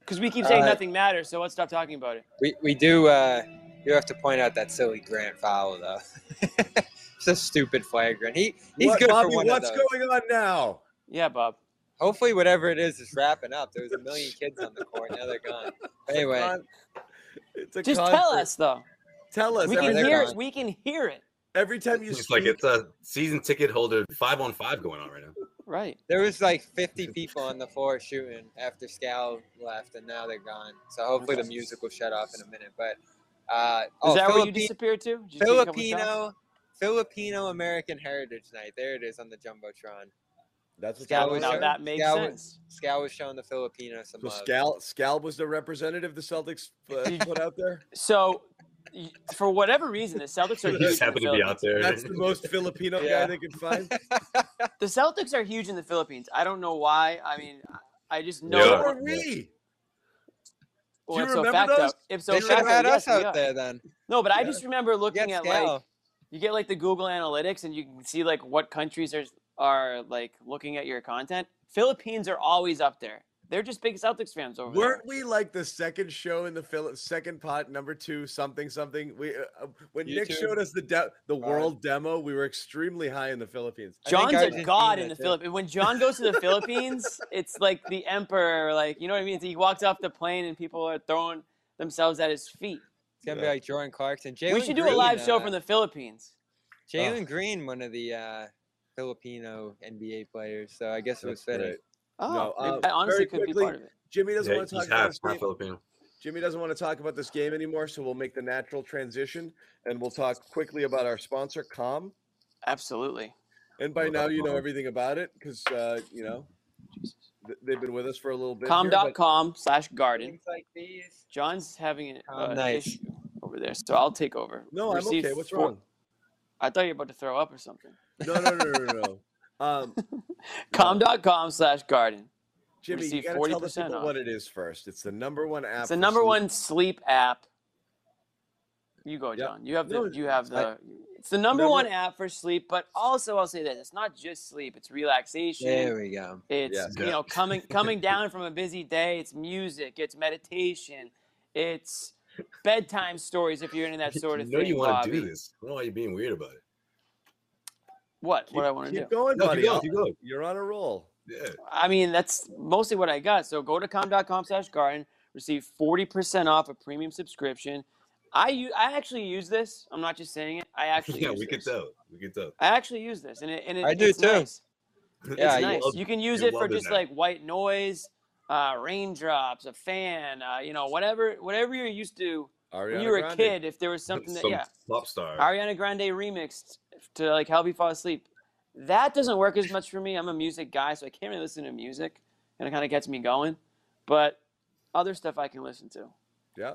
S2: because we keep saying
S4: Uh,
S2: nothing matters, so let's stop talking about it.
S4: We, we do uh, do have to point out that silly Grant foul though. it's a stupid flagrant. He he's
S1: What-
S4: good
S1: Bobby,
S4: for one
S1: what's
S4: of those.
S1: going on now?
S2: Yeah, Bob.
S4: Hopefully, whatever it is is wrapping up. There was a million kids on the court. Now they're gone. Anyway,
S1: Con- it's a
S2: Just
S1: concert.
S2: tell us though.
S1: Tell us.
S2: We
S1: Every
S2: can
S4: they're
S1: time,
S2: hear
S4: gone.
S2: it. We can hear it.
S1: every time you
S3: It's
S1: speak,
S3: like it's a season ticket holder five on five going on right now.
S2: Right.
S4: there was like 50 people on the floor shooting after Scal left, and now they're gone. So hopefully the music will shut off in a minute. But uh,
S2: Is
S4: oh,
S2: that where you
S4: Philippi-
S2: disappeared to? Did you take a couple shots?
S4: Filipino Filipino American Heritage Night. There it is on the jumbotron.
S1: that's what's
S4: Scal
S2: Now,
S1: going
S4: was
S2: now
S4: shown-
S1: on.
S2: that makes
S4: Scal was-
S2: sense.
S4: Scal was showing the Filipino some
S1: So
S4: love.
S1: Scal Scal was the representative the Celtics uh,
S2: Did-
S1: put out there.
S2: So, y- for whatever reason, the Celtics are
S3: You
S2: huge. in
S3: just
S2: the
S3: happen to be out
S2: Philippines.
S3: there.
S1: That's the most Filipino guy
S4: Yeah.
S1: they could find.
S2: The Celtics are huge in the Philippines. I don't know why. I mean, I I just know.
S3: Yeah.
S1: So
S2: that-
S1: are we.
S2: well,
S1: you
S2: ipso
S1: remember
S2: facto-
S1: those?
S2: ipso
S4: They should have
S2: facto,
S4: had
S2: yes,
S4: us
S2: we
S4: out
S2: are.
S4: there then.
S2: No, but I
S4: Yeah.
S2: just remember looking at
S4: Get
S2: like
S4: Scal.
S2: you get like the Google Analytics and you can see like what countries are are like looking at your content. Philippines are always up there. They're just big Celtics fans over
S1: Weren't we like the second show in the Phil- second pot number two something something? We uh, uh, when Nick
S4: YouTube.
S1: showed us the de- the
S4: Right.
S1: world demo, we were extremely high in the Philippines.
S4: I
S2: there.
S4: think
S2: John's
S4: Argentina
S2: a god in the
S4: too.
S2: Philippines. When John goes to the Philippines, it's like the emperor. Like you know what I mean? He walks off the plane and people are throwing themselves at his feet.
S4: It's gonna
S3: Yeah.
S4: be like Jordan Clarkson. Jalen
S2: we should do a
S4: Green,
S2: live show
S4: uh,
S2: from the Philippines.
S1: Oh.
S4: Jalen Green, one of the uh, Filipino NBA players. So I guess it was
S1: That's
S4: fitting.
S1: great.
S2: Oh,
S1: No, uh,
S2: I honestly
S1: very
S2: could be
S1: quickly,
S2: part of it.
S1: Jimmy doesn't
S3: Yeah,
S1: want to talk
S3: he's
S1: about
S3: half,
S1: this
S3: half
S1: game.
S3: Filipino.
S1: Jimmy doesn't want to talk about this game anymore, so we'll make the natural transition and we'll talk quickly about our sponsor, Com.
S2: Absolutely.
S1: And by
S3: Love
S1: now, you know
S3: Calm.
S1: everything about it because uh, you know th- they've been with us for a little bit. here, but-
S2: Com.com slash garden.
S4: Things like these.
S2: John's having an
S4: Oh,
S2: uh,
S4: nice.
S2: issue over there, so I'll take over.
S1: No, I'm
S2: Receive
S1: okay. What's
S2: four-
S1: wrong?
S2: I thought you were about to throw up or something.
S1: No, no, no, no, no. no. Um,
S2: Com.com slash garden.
S1: Jimmy, you
S2: Receive
S1: got to tell the
S2: 40%
S1: people
S2: off.
S1: what it is first. It's the number one app.
S2: It's the
S1: for
S2: number
S1: sleep.
S2: one sleep app. You go,
S1: Yep.
S2: John. You have the
S1: No,
S2: you have
S1: I-
S2: the it's the number
S1: Number-
S2: one app for sleep, but also I'll say this, it's not just sleep, it's relaxation.
S4: There we go.
S2: It's
S1: Yeah.
S2: you know coming coming down from a busy day. It's music. It's meditation. It's bedtime stories if you're into that sort of
S3: you know
S2: thing.
S3: you want to
S2: Bobby.
S3: do this. I don't know why you're being weird about it.
S2: What? what I want to
S1: Keep
S2: do?
S1: going,
S3: No,
S1: buddy.
S3: keep going,
S1: I'll-
S3: keep going.
S1: You're on a roll.
S3: Yeah.
S2: I mean, that's mostly what I got. So go to com.com slash garden, receive 40% off a premium subscription. I u- I actually use this. I'm not just saying it. I actually
S3: Yeah,
S2: use
S3: we could
S2: this.
S3: tell. We could tell.
S2: I actually use this, and it, and it,
S4: I do
S2: it's
S4: too.
S2: nice.
S4: Yeah,
S2: it's
S4: you
S2: nice.
S3: love-
S2: you can use
S3: you
S2: it for
S3: love it
S2: just
S3: now.
S2: like white noise, uh, raindrops, a fan, uh, you know, whatever whatever you're used to.
S1: Ariana
S2: when you were
S1: Grande.
S2: a kid, if there was something that
S3: Some
S2: yeah,
S3: pop star.
S2: Ariana Grande remixed to like help you fall asleep. That doesn't work as much for me. I'm a music guy, so I can't really listen to music, and it kind of gets me going. But other stuff I can listen to.
S1: Yeah.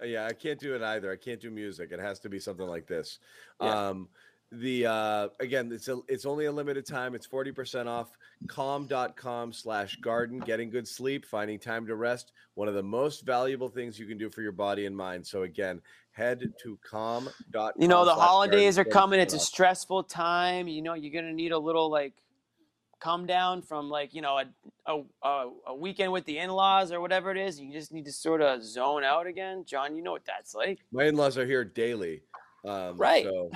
S1: Uh, Yeah, I can't do it either. I can't do music. It has to be something like this.
S2: Yeah.
S1: Um the uh again, it's a, it's only a limited time. It's 40% off calm.com slash garden, getting good sleep, finding time to rest. One of the most valuable things you can do for your body and mind. So again, head to calm.com.
S2: You know, the
S1: slash
S2: holidays are
S1: garden, Uh,
S2: coming.
S1: 40%
S2: It's a
S1: off.
S2: stressful time. You know, you're gonna need a little like come down from like you know a a, a, a weekend with the in-laws or whatever it is. You just need to sort of zone out again. John, you know what that's like,
S1: my in-laws are here daily. Um
S2: Right.
S1: so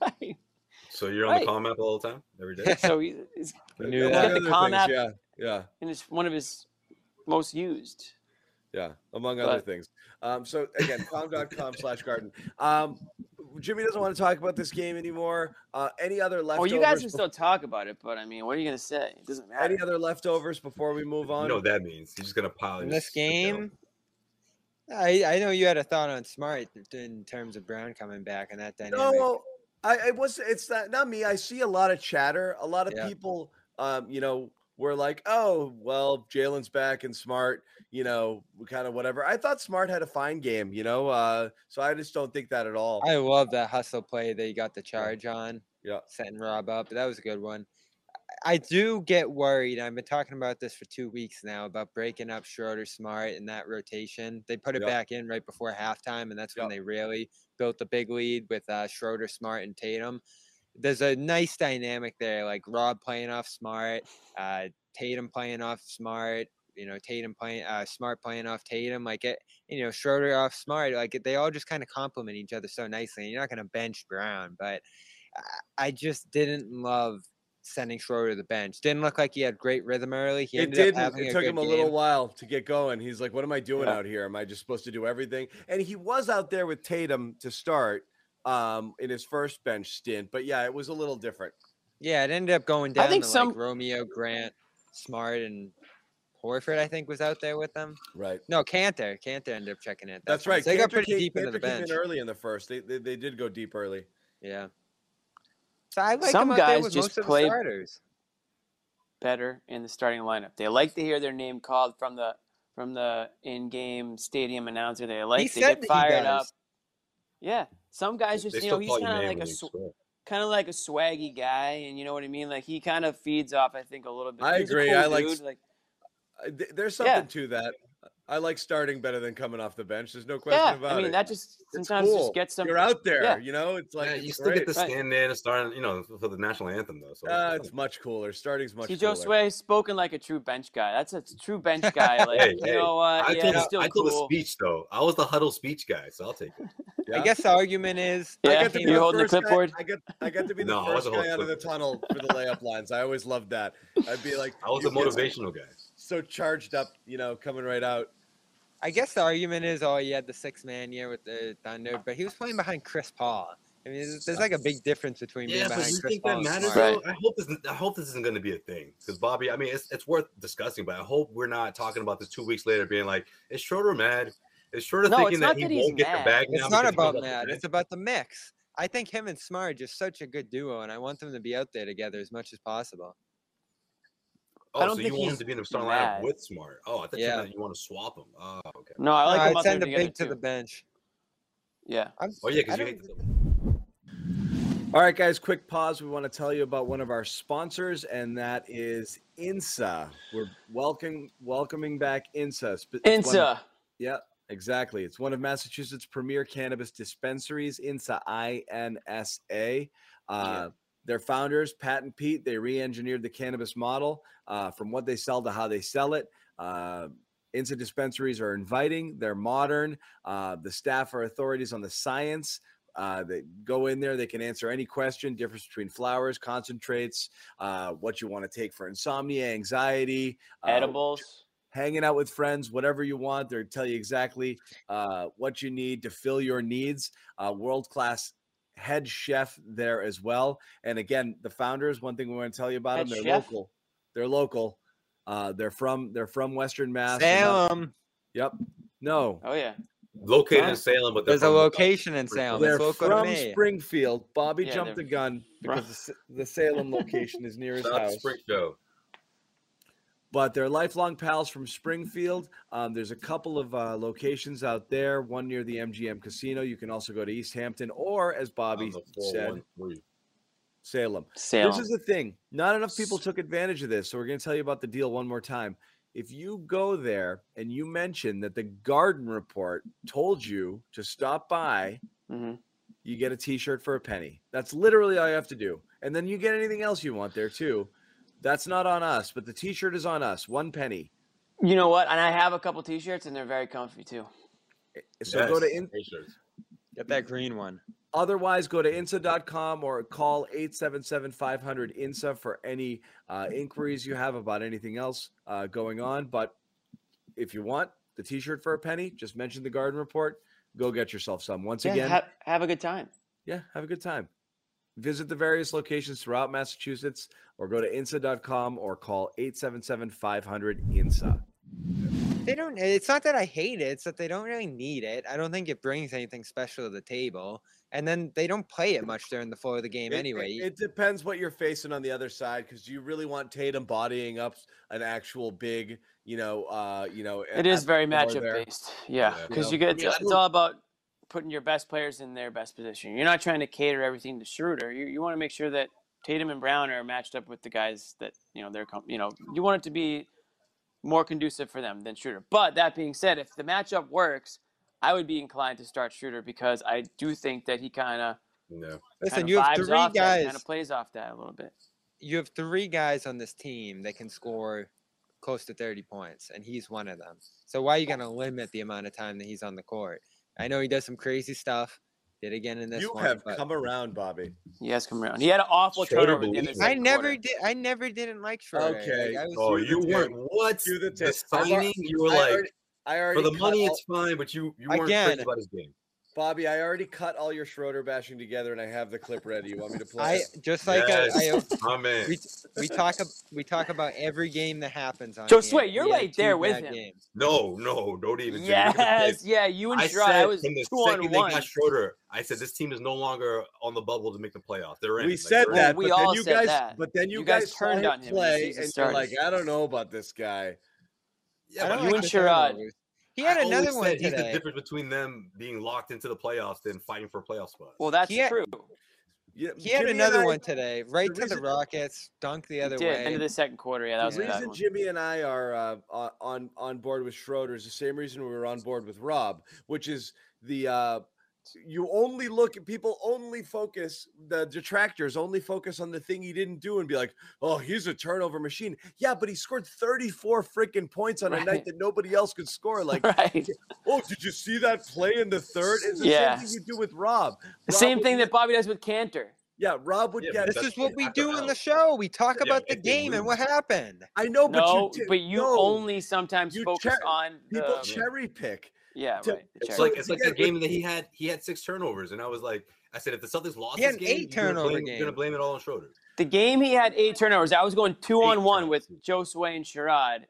S2: right?
S3: So you're on
S2: Right.
S3: the calm app all the time, every day.
S2: So he- it's
S4: I knew
S1: among
S4: that.
S2: Get the
S1: other
S2: Calm
S1: things,
S2: app.
S1: Yeah, yeah.
S2: and it's one of his most used.
S1: Yeah, among other
S2: But-
S1: things. Um, so again, com slash garden. Um, Jimmy doesn't want to talk about this game anymore. Uh, any other
S2: Well,
S1: leftovers?
S2: Oh, you guys can
S1: bef-
S2: still talk about it, but I mean, what are you gonna say? It doesn't matter.
S1: any other leftovers before we move on?
S3: You know what that means. He's just gonna pile
S4: In
S3: and
S4: this
S3: just sit down.
S4: game, I, I know you had a thought on Smart in terms of Brown coming back and that dynamic.
S1: No, I it was it's not not me. I see a lot of chatter. A lot of
S4: Yeah.
S1: people um, you know, were like, oh, well, Jalen's back and smart, you know, kind of whatever. I thought Smart had a fine game, you know. Uh, so I just don't think that at all.
S4: I love that hustle play that you got the charge on.
S1: Yeah.
S4: Setting Rob up. That was a good one. I I do get worried. I've been talking about this for two weeks now about breaking up Schroeder Smart and that rotation. They put it
S1: Yep.
S4: back in right before halftime, and that's when
S1: Yep.
S4: they really built the big lead with uh, Schroeder Smart and Tatum. There's a nice dynamic there, like Rob playing off Smart, uh, Tatum playing off Smart, you know Tatum playing uh, Smart playing off Tatum, like it, you know Schroeder off Smart, like they all just kind of complement each other so nicely. And you're not going to bench Brown, but I- I just didn't love sending Schroeder to the bench. Didn't look like he had great rhythm early. He
S1: it
S4: ended up
S1: didn't.
S4: having
S1: It took
S4: good
S1: him a little
S4: game.
S1: while to get going. He's like, "What am I doing
S5: Yeah.
S1: out here? Am I just supposed to do everything?" And he was out there with Tatum to start um, in his first bench stint, but yeah, it was a little different.
S4: Yeah, it ended up going down.
S2: I think
S4: to
S2: some-
S4: like Romeo Grant, Smart, and Horford. I think was out there with them.
S1: Right.
S4: No, Cantor. Cantor ended up checking it. at that
S1: That's
S4: point.
S1: right.
S4: So they got
S1: Kanter
S4: pretty
S1: came-
S4: deep into
S1: Kanter
S4: the
S1: came
S4: bench.
S1: in early in the first. They, they they did go deep early.
S4: Yeah. So I like
S2: Some
S4: him out there
S2: guys
S4: with
S2: just
S4: most of the
S2: play-
S4: starters.
S2: better in the starting lineup. They like to hear their name called from the from the in-game stadium announcer. They like to
S4: said
S2: get
S4: that he
S2: fired
S4: does.
S2: up. Yeah, some guys just
S3: They
S2: you know
S3: still
S2: he's
S3: call you
S2: kind of
S3: name
S2: like a
S3: when you score.
S2: kind of like a swaggy guy, and you know what I mean. Like he kind of feeds off, I think, a little bit.
S1: I
S2: He's a
S1: agree.
S2: cool
S1: I like-
S2: dude, like
S1: Uh, th- There's
S2: Yeah.
S1: something to that. I like starting better than coming off the bench. There's no question
S2: yeah.
S1: about
S2: I mean,
S1: it.
S2: that just
S1: It's
S2: sometimes
S1: cool.
S2: just gets some.
S1: You're out there.
S2: Yeah.
S1: You know, it's like
S3: yeah,
S1: it's
S3: you still get to
S1: great.
S2: Right.
S3: stand there and start, you know, for the national anthem though. So
S1: Uh, it's much cooler. Starting's much
S2: See, Joe
S1: cooler.
S2: Sway spoken like a true bench guy. That's a true bench guy. Like
S3: Hey,
S2: you
S3: hey,
S2: know what?
S3: I
S2: yeah,
S3: told,
S2: it's
S3: the-
S2: still
S3: I told
S2: cool.
S3: the speech though. I was the huddle speech guy, so I'll take it.
S1: Yeah.
S4: I guess the argument is
S2: Yeah.
S4: I
S1: I got to
S4: came
S1: be
S2: You
S4: up-
S2: holding the
S1: first guy-
S2: clipboard?
S1: I got I got to be the
S3: No, I
S1: first
S3: wasn't
S1: guy out of the
S3: holding
S1: tunnel for the layup lines. I always loved that. I'd be like,
S3: I was
S1: you
S3: the
S1: kids are
S3: motivational guy.
S1: So charged up, you know, coming right out.
S4: I guess the argument is oh he had the six man year with the Thunder, but he was playing behind Chris Paul. I mean, there's, there's like a big difference between being
S3: Yeah, but
S4: behind
S3: you
S4: Chris
S3: think
S4: Paul
S3: that
S4: and
S3: matters?
S4: Smart.
S3: Though? I hope this. I hope this isn't going to be a thing because Bobby. I mean, it's, it's worth discussing, but I hope we're not talking about this two weeks later, being like, "Is Schroeder mad? Is Schroeder
S2: No,
S3: thinking
S2: it's
S3: that
S2: not
S3: he
S2: that he's
S3: won't get
S2: mad.
S3: the bag now?"
S4: It's not
S3: because he got
S4: about
S3: the
S4: that.
S3: bag?
S4: It's about the mix. I think him and Smart are just such a good duo, and I want them to be out there together as much as possible.
S3: Oh,
S2: I don't
S3: so
S2: think
S3: you want him
S2: he's
S3: to be in the starting lineup
S2: mad.
S3: with Smart? Oh, I thought
S4: Yeah.
S3: you, meant you want to swap him. Oh, okay.
S2: No, I like him out
S4: No, Uh,
S2: there
S4: I'd send a
S2: together
S4: big to the
S2: too.
S4: bench.
S2: Yeah.
S4: I'm,
S3: Oh yeah,
S4: I
S3: because you
S4: don't-
S3: hate the
S1: All right, guys, quick pause. We want to tell you about one of our sponsors, and that is INSA. We're welcoming welcoming back INSA. Sp- it's one-
S2: Insa.
S1: Yeah, exactly. It's one of Massachusetts' premier cannabis dispensaries, INSA, I-N-S-A. Uh, Their founders, Pat and Pete, they re-engineered the cannabis model uh, from what they sell to how they sell it. Uh, INSA dispensaries are inviting. They're modern. Uh, the staff are authorities on the science. Uh, they go in there. They can answer any question. Difference between flowers, concentrates, uh, what you want to take for insomnia, anxiety, uh,
S2: Edibles.
S1: hanging out with friends, whatever you want. They'll tell you exactly uh, what you need to fill your needs. Uh, World class head chef there as well. And again, the founders. One thing we want to tell you about
S2: Head
S1: them: they're
S2: chef?
S1: local. They're local. Uh, they're from they're from Western Mass. They're not-
S4: Salem.
S1: Yep. No.
S2: Oh yeah.
S3: located
S1: Huh?
S3: in Salem, but they're
S4: There's a
S3: from the-
S4: location in
S3: Oh,
S4: Salem.
S1: They're
S4: It's local to
S1: from
S4: me.
S1: Springfield. Bobby
S2: Yeah,
S1: jumped the
S2: they're-
S1: gun because the, S- the Salem location is near his
S3: Shout out to
S1: house.
S3: Springfield.
S1: but they're lifelong pals from Springfield. Um, there's a couple of uh, locations out there, one near the MGM Casino. You can also go to East Hampton or, as
S3: on
S1: Bobby
S3: the
S1: said,
S3: 413.
S1: Salem.
S2: Sale.
S1: This is the thing. Not enough people took advantage of this. So we're going to tell you about the deal one more time. If you go there and you mention that the garden report told you to stop by,
S2: hmm
S1: Mm-hmm. you get a t-shirt for a penny. That's literally all you have to do. And then you get anything else you want there too. That's not on us, but the t-shirt is on us. One penny.
S2: You know what? And I have a couple T-shirts, and they're very comfy too.
S1: So go to
S3: Yes,
S1: in-
S3: t-shirts.
S4: Get that green one.
S1: Otherwise, go to INSA.com or call 877 500 INSA for any uh, inquiries you have about anything else uh, going on. But if you want the t shirt for a penny, just mention the garden report. Go get yourself some. Once
S2: Yeah,
S1: again,
S2: ha- have a good time.
S1: yeah, have a good time. Visit the various locations throughout Massachusetts or go to INSA.com or call 877 500 INSA.
S4: They don't. eh, It's not that I hate it. It's that they don't really need it. I don't think it brings anything special to the table. And then they don't play it much during the flow of the game
S1: It- it-
S4: anyway.
S1: It, depends what you're facing on the other side because you really want Tatum bodying up an actual big, you know, uh, you know.
S2: It is very
S1: matchup
S2: matchup based. Yeah,
S3: Yeah.
S2: because
S1: Yeah.
S2: you get
S3: I mean, I
S2: it's all about putting your best players in their best position. You're not trying to cater everything to Schroeder. You, you want to make sure that Tatum and Brown are matched up with the guys that you know they're com- you know you want it to be more conducive for them than Schroeder. But that being said, if the matchup works, I would be inclined to start Schroeder because I do think that he kind of
S3: No.
S4: Listen, you have three guys.
S2: kind of plays off that a little bit.
S4: You have three guys on this team that can score close to 30 points, and he's one of them. So why are you going to limit the amount of time that he's on the court? I know he does some crazy stuff. Did again in this
S1: You
S4: one.
S1: have
S4: but-
S1: come around, Bobby.
S2: He has come around. He had an awful
S3: Schroeder
S2: turnover. at the end of the
S3: believes
S4: I
S2: second
S4: never
S2: quarter.
S4: did. I never didn't like Schroeder.
S1: Okay,
S4: Like, I was-
S3: Oh,
S1: do the
S3: you
S1: tape.
S3: weren't. What?
S1: Do the
S3: the
S1: tape. I've al-
S3: signing? You were
S1: I
S3: like,
S1: already, I already
S3: for the
S1: cut
S3: money,
S1: all-
S3: it's fine, but you you weren't
S4: Again.
S3: crazy about his game.
S1: Bobby. I already cut all your Schroeder bashing together, and I have the clip ready. You want me to play?
S4: I
S1: it?
S4: just like uh, I- I,
S3: Yes. My man.
S4: we, we talk ab- we talk about every game that happens on.
S2: So,
S4: here.
S2: Sway, you're
S4: We had
S2: right
S4: two
S2: there with
S4: bad
S2: him.
S4: games.
S3: No, no, don't even. do it. Look at
S2: Yes,
S3: this.
S2: yeah, you and
S3: I
S2: Schroeder.
S3: said
S2: I was
S3: from the
S2: two on
S3: second
S2: one.
S3: they got Schroeder, I said this team is no longer on the bubble to make the playoffs. They're in.
S1: we
S3: Like,
S1: said
S3: they're in.
S1: that,
S2: We
S1: but
S2: all
S1: then you
S2: said
S1: guys,
S2: that.
S1: but then you,
S2: You guys
S1: guys, saw
S2: turned
S1: him
S2: on him when the
S1: play,
S2: season
S1: and you're like,
S2: started.
S1: I don't know about this guy.
S3: Yeah,
S4: I
S3: but
S4: don't
S2: you
S4: like
S2: and
S4: the
S2: Sherrod.
S4: turnovers. He
S3: I
S4: had
S3: always
S4: another one
S3: said He's the
S4: today.
S3: difference between them being locked into the playoffs than fighting for a playoff spot.
S2: well, that's
S4: He had-
S2: true.
S1: Yeah,
S4: He had
S1: Jimmy and
S4: another
S1: I-
S4: one today, right
S1: the
S4: to the
S1: reason-
S4: Rockets, dunk the
S2: He
S4: other
S2: did end
S4: way.
S2: of the second quarter. Yeah, that was
S1: the
S2: a bad
S1: reason
S2: one.
S1: Jimmy and I are uh, on- on on board with Schroeder is the same reason we were on board with Rob, which is the uh, you only look at people only focus the detractors only focus on the thing he didn't do and be like, oh, he's a turnover machine. Yeah, but he scored thirty four freaking points on a night
S2: Right.
S1: that nobody else could score. Like,
S2: right.
S1: oh, did you see that play in the third? It's the
S2: Yeah.
S1: same thing you do with Rob.
S2: The
S1: Rob
S2: same
S1: would
S2: thing
S1: get-
S2: that Bobby does with Cantor.
S1: yeah, Rob would
S3: Yeah,
S1: get.
S3: but
S4: This
S3: That's
S4: is what
S3: it.
S4: we
S3: I
S4: do
S3: don't
S4: on
S3: know.
S4: the show. We talk
S3: Yeah,
S4: about the
S3: if they
S4: game and
S3: lose.
S4: what happened.
S1: I know, but
S2: no,
S1: you, di-
S2: but you
S1: no,
S2: only sometimes
S1: You
S2: focus
S1: cher-
S2: on
S1: people
S2: the,
S1: cherry pick.
S2: yeah,
S1: to-
S2: right. the
S3: It's
S2: charity.
S3: like it's like
S1: Yeah,
S3: that game that he had. He had six turnovers, and I was like, I said, if the Celtics lost
S4: He had
S3: this
S4: an
S3: game,
S4: eight
S3: you're gonna
S4: turnover
S3: blame- you're gonna
S4: game.
S3: blame it all on Schroeder.
S2: the game he had eight turnovers. I was going two
S3: Eight
S2: on one with
S3: turnovers.
S2: Joe Sway and Sherrod.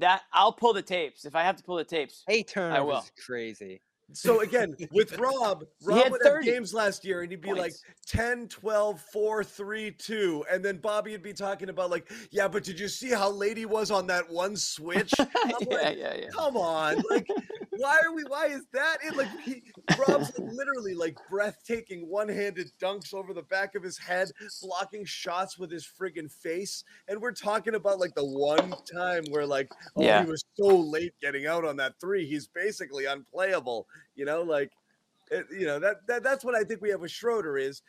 S2: That I'll pull the tapes if I have to pull the tapes.
S4: Hey,
S2: will.
S4: turnovers is crazy.
S1: So again, with Rob,
S2: had
S1: Rob would
S2: 30
S1: have games last year and he'd be like
S2: points.
S1: 10, 12, 4, 3, 2. And then Bobby would be talking about like, yeah, but did you see how late he was on that one switch? I'm
S2: yeah,
S1: like,
S2: yeah, yeah.
S1: come on. Like, why are we why is that it? Like he, Rob's like literally like breathtaking one-handed dunks over the back of his head, blocking shots with his friggin' face. And we're talking about like the one time where like, oh,
S2: Yeah.
S1: he was so late getting out on that three, he's basically unplayable. You know, like it, you know, that, that that's what I think we have with Schroeder is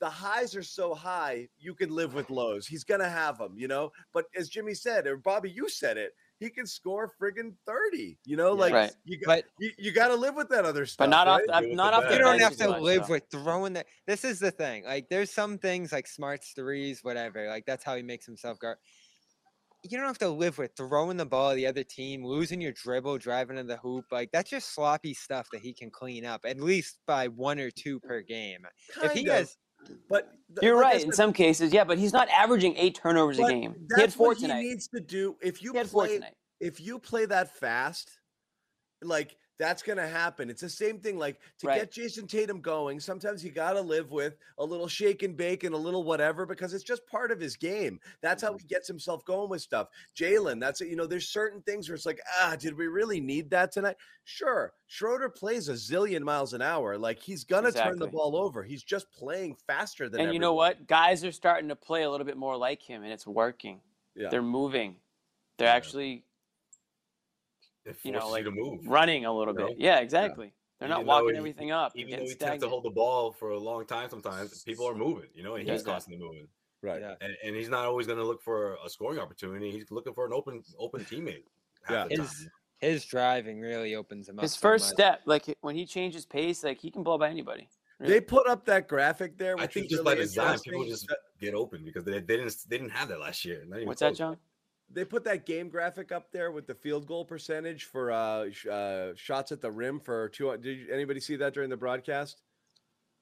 S1: the highs are so high, you can live with lows. He's gonna have them, you know. But as Jimmy said, or Bobby, you said it, he can score friggin' 30, you know,
S3: Yeah.
S1: like
S2: Right.
S1: you got
S4: But
S1: you, you gotta live with that other stuff.
S2: But not off,
S1: right?
S3: right?
S2: the-
S3: Deal with
S2: not
S3: the
S2: off.
S3: bad.
S2: the
S4: you don't
S2: bench
S4: have
S2: as
S4: to
S2: much,
S4: live
S2: though.
S4: with throwing that. This is the thing. Like, there's some things like smarts threes, whatever. Like, that's how he makes himself guard. You don't have to live with throwing the ball at the other team, losing your dribble, driving in the hoop. Like, that's just sloppy stuff that he can clean up at least by one or two per game. if he
S1: Kind of,
S4: has,
S1: but th-
S2: You're
S1: like I
S2: right.
S1: said,
S2: In some cases, yeah, but he's not averaging eight turnovers a
S1: but
S2: game.
S1: That's
S2: He had four
S1: what
S2: tonight.
S1: he needs to do. If you
S2: he had four
S1: play
S2: tonight.
S1: if you play that fast, like that's gonna happen. It's the same thing. Like to
S2: Right.
S1: get Jason Tatum going, sometimes you gotta live with a little shake and bake and a little whatever because it's just part of his game. That's
S2: Mm-hmm.
S1: how he gets himself going with stuff. Jalen, that's it. You know, there's certain things where it's like, ah, did we really need that tonight? Sure, Schroeder plays a zillion miles an hour. Like he's gonna turn the
S2: Exactly.
S1: ball over. He's just playing faster than.
S2: And you know
S1: everyone.
S2: what? Guys are starting to play a little bit more like him, and it's working.
S1: Yeah.
S2: They're moving. They're
S3: Yeah.
S2: actually
S3: It
S2: You know,
S3: forces
S2: like,
S3: to move.
S2: running a little
S3: You know?
S2: bit. Yeah, exactly. They're
S3: Even
S2: not
S3: though
S2: walking
S3: he-
S2: everything up.
S3: Even though
S2: getting
S3: he tends to
S2: stagnant.
S3: hold the ball for a long time, sometimes people are moving. You know, and
S2: Yeah,
S3: he's
S2: yeah.
S3: constantly moving.
S1: Right.
S4: Yeah.
S3: and, and he's not always going to look for a scoring opportunity. He's looking for an open open teammate.
S1: Yeah.
S3: half the time.
S4: his, his driving really opens him up.
S2: His
S4: so
S2: first
S4: much.
S2: step, like when he changes pace, like he can blow by anybody.
S1: They put up that graphic there.
S3: I
S1: Which
S3: think
S1: was
S3: just by
S1: really
S3: design, people
S1: interesting.
S3: just get open because they, they didn't they didn't have that last year. not even
S2: What's that,
S3: close.
S2: John?
S1: they put that game graphic up there with the field goal percentage for uh, sh- uh shots at the rim for two. Did you- anybody see that during the broadcast?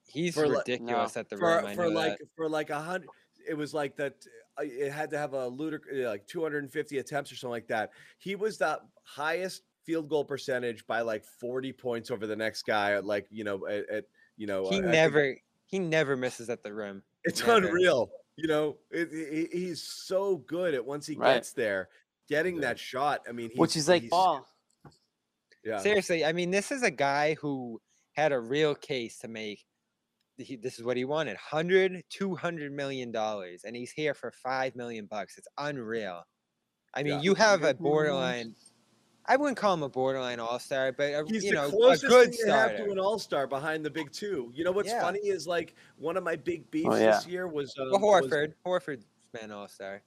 S4: He's
S1: for, like-
S4: ridiculous at the
S1: For
S4: rim. I
S1: for
S4: know
S1: like
S4: that.
S1: for like a hundred, it was like that. uh, It had to have a ludicrous like 250 attempts or something like that. He was the highest field goal percentage by like 40 points over the next guy. At like you know at, at you know Oh, I- I
S4: he
S1: think
S4: never he never misses at the rim.
S1: It's
S4: Never.
S1: unreal. You know, it, it, he's so good at once he
S2: Right.
S1: gets there, getting
S3: Yeah.
S1: that shot. I mean,
S2: Which
S1: he's-
S2: is like
S1: he's-
S2: ball.
S1: Yeah.
S4: Seriously, I mean, this is a guy who had a real case to make. He, this is what he wanted 100 200 million dollars and he's here for 5 million bucks it's unreal i mean
S1: Yeah.
S4: you have a
S2: Hundred million dollars.
S4: borderline i wouldn't call him a borderline all-star but a,
S1: He's
S4: you
S1: the
S4: know a
S1: closest
S4: good
S1: thing they have to
S4: starter
S1: an all star behind the big two. You know what's
S4: Yeah.
S1: funny is like one of my big beefs
S2: Oh, yeah.
S1: this year was um,
S4: But
S1: was-
S4: horford horford's been all-star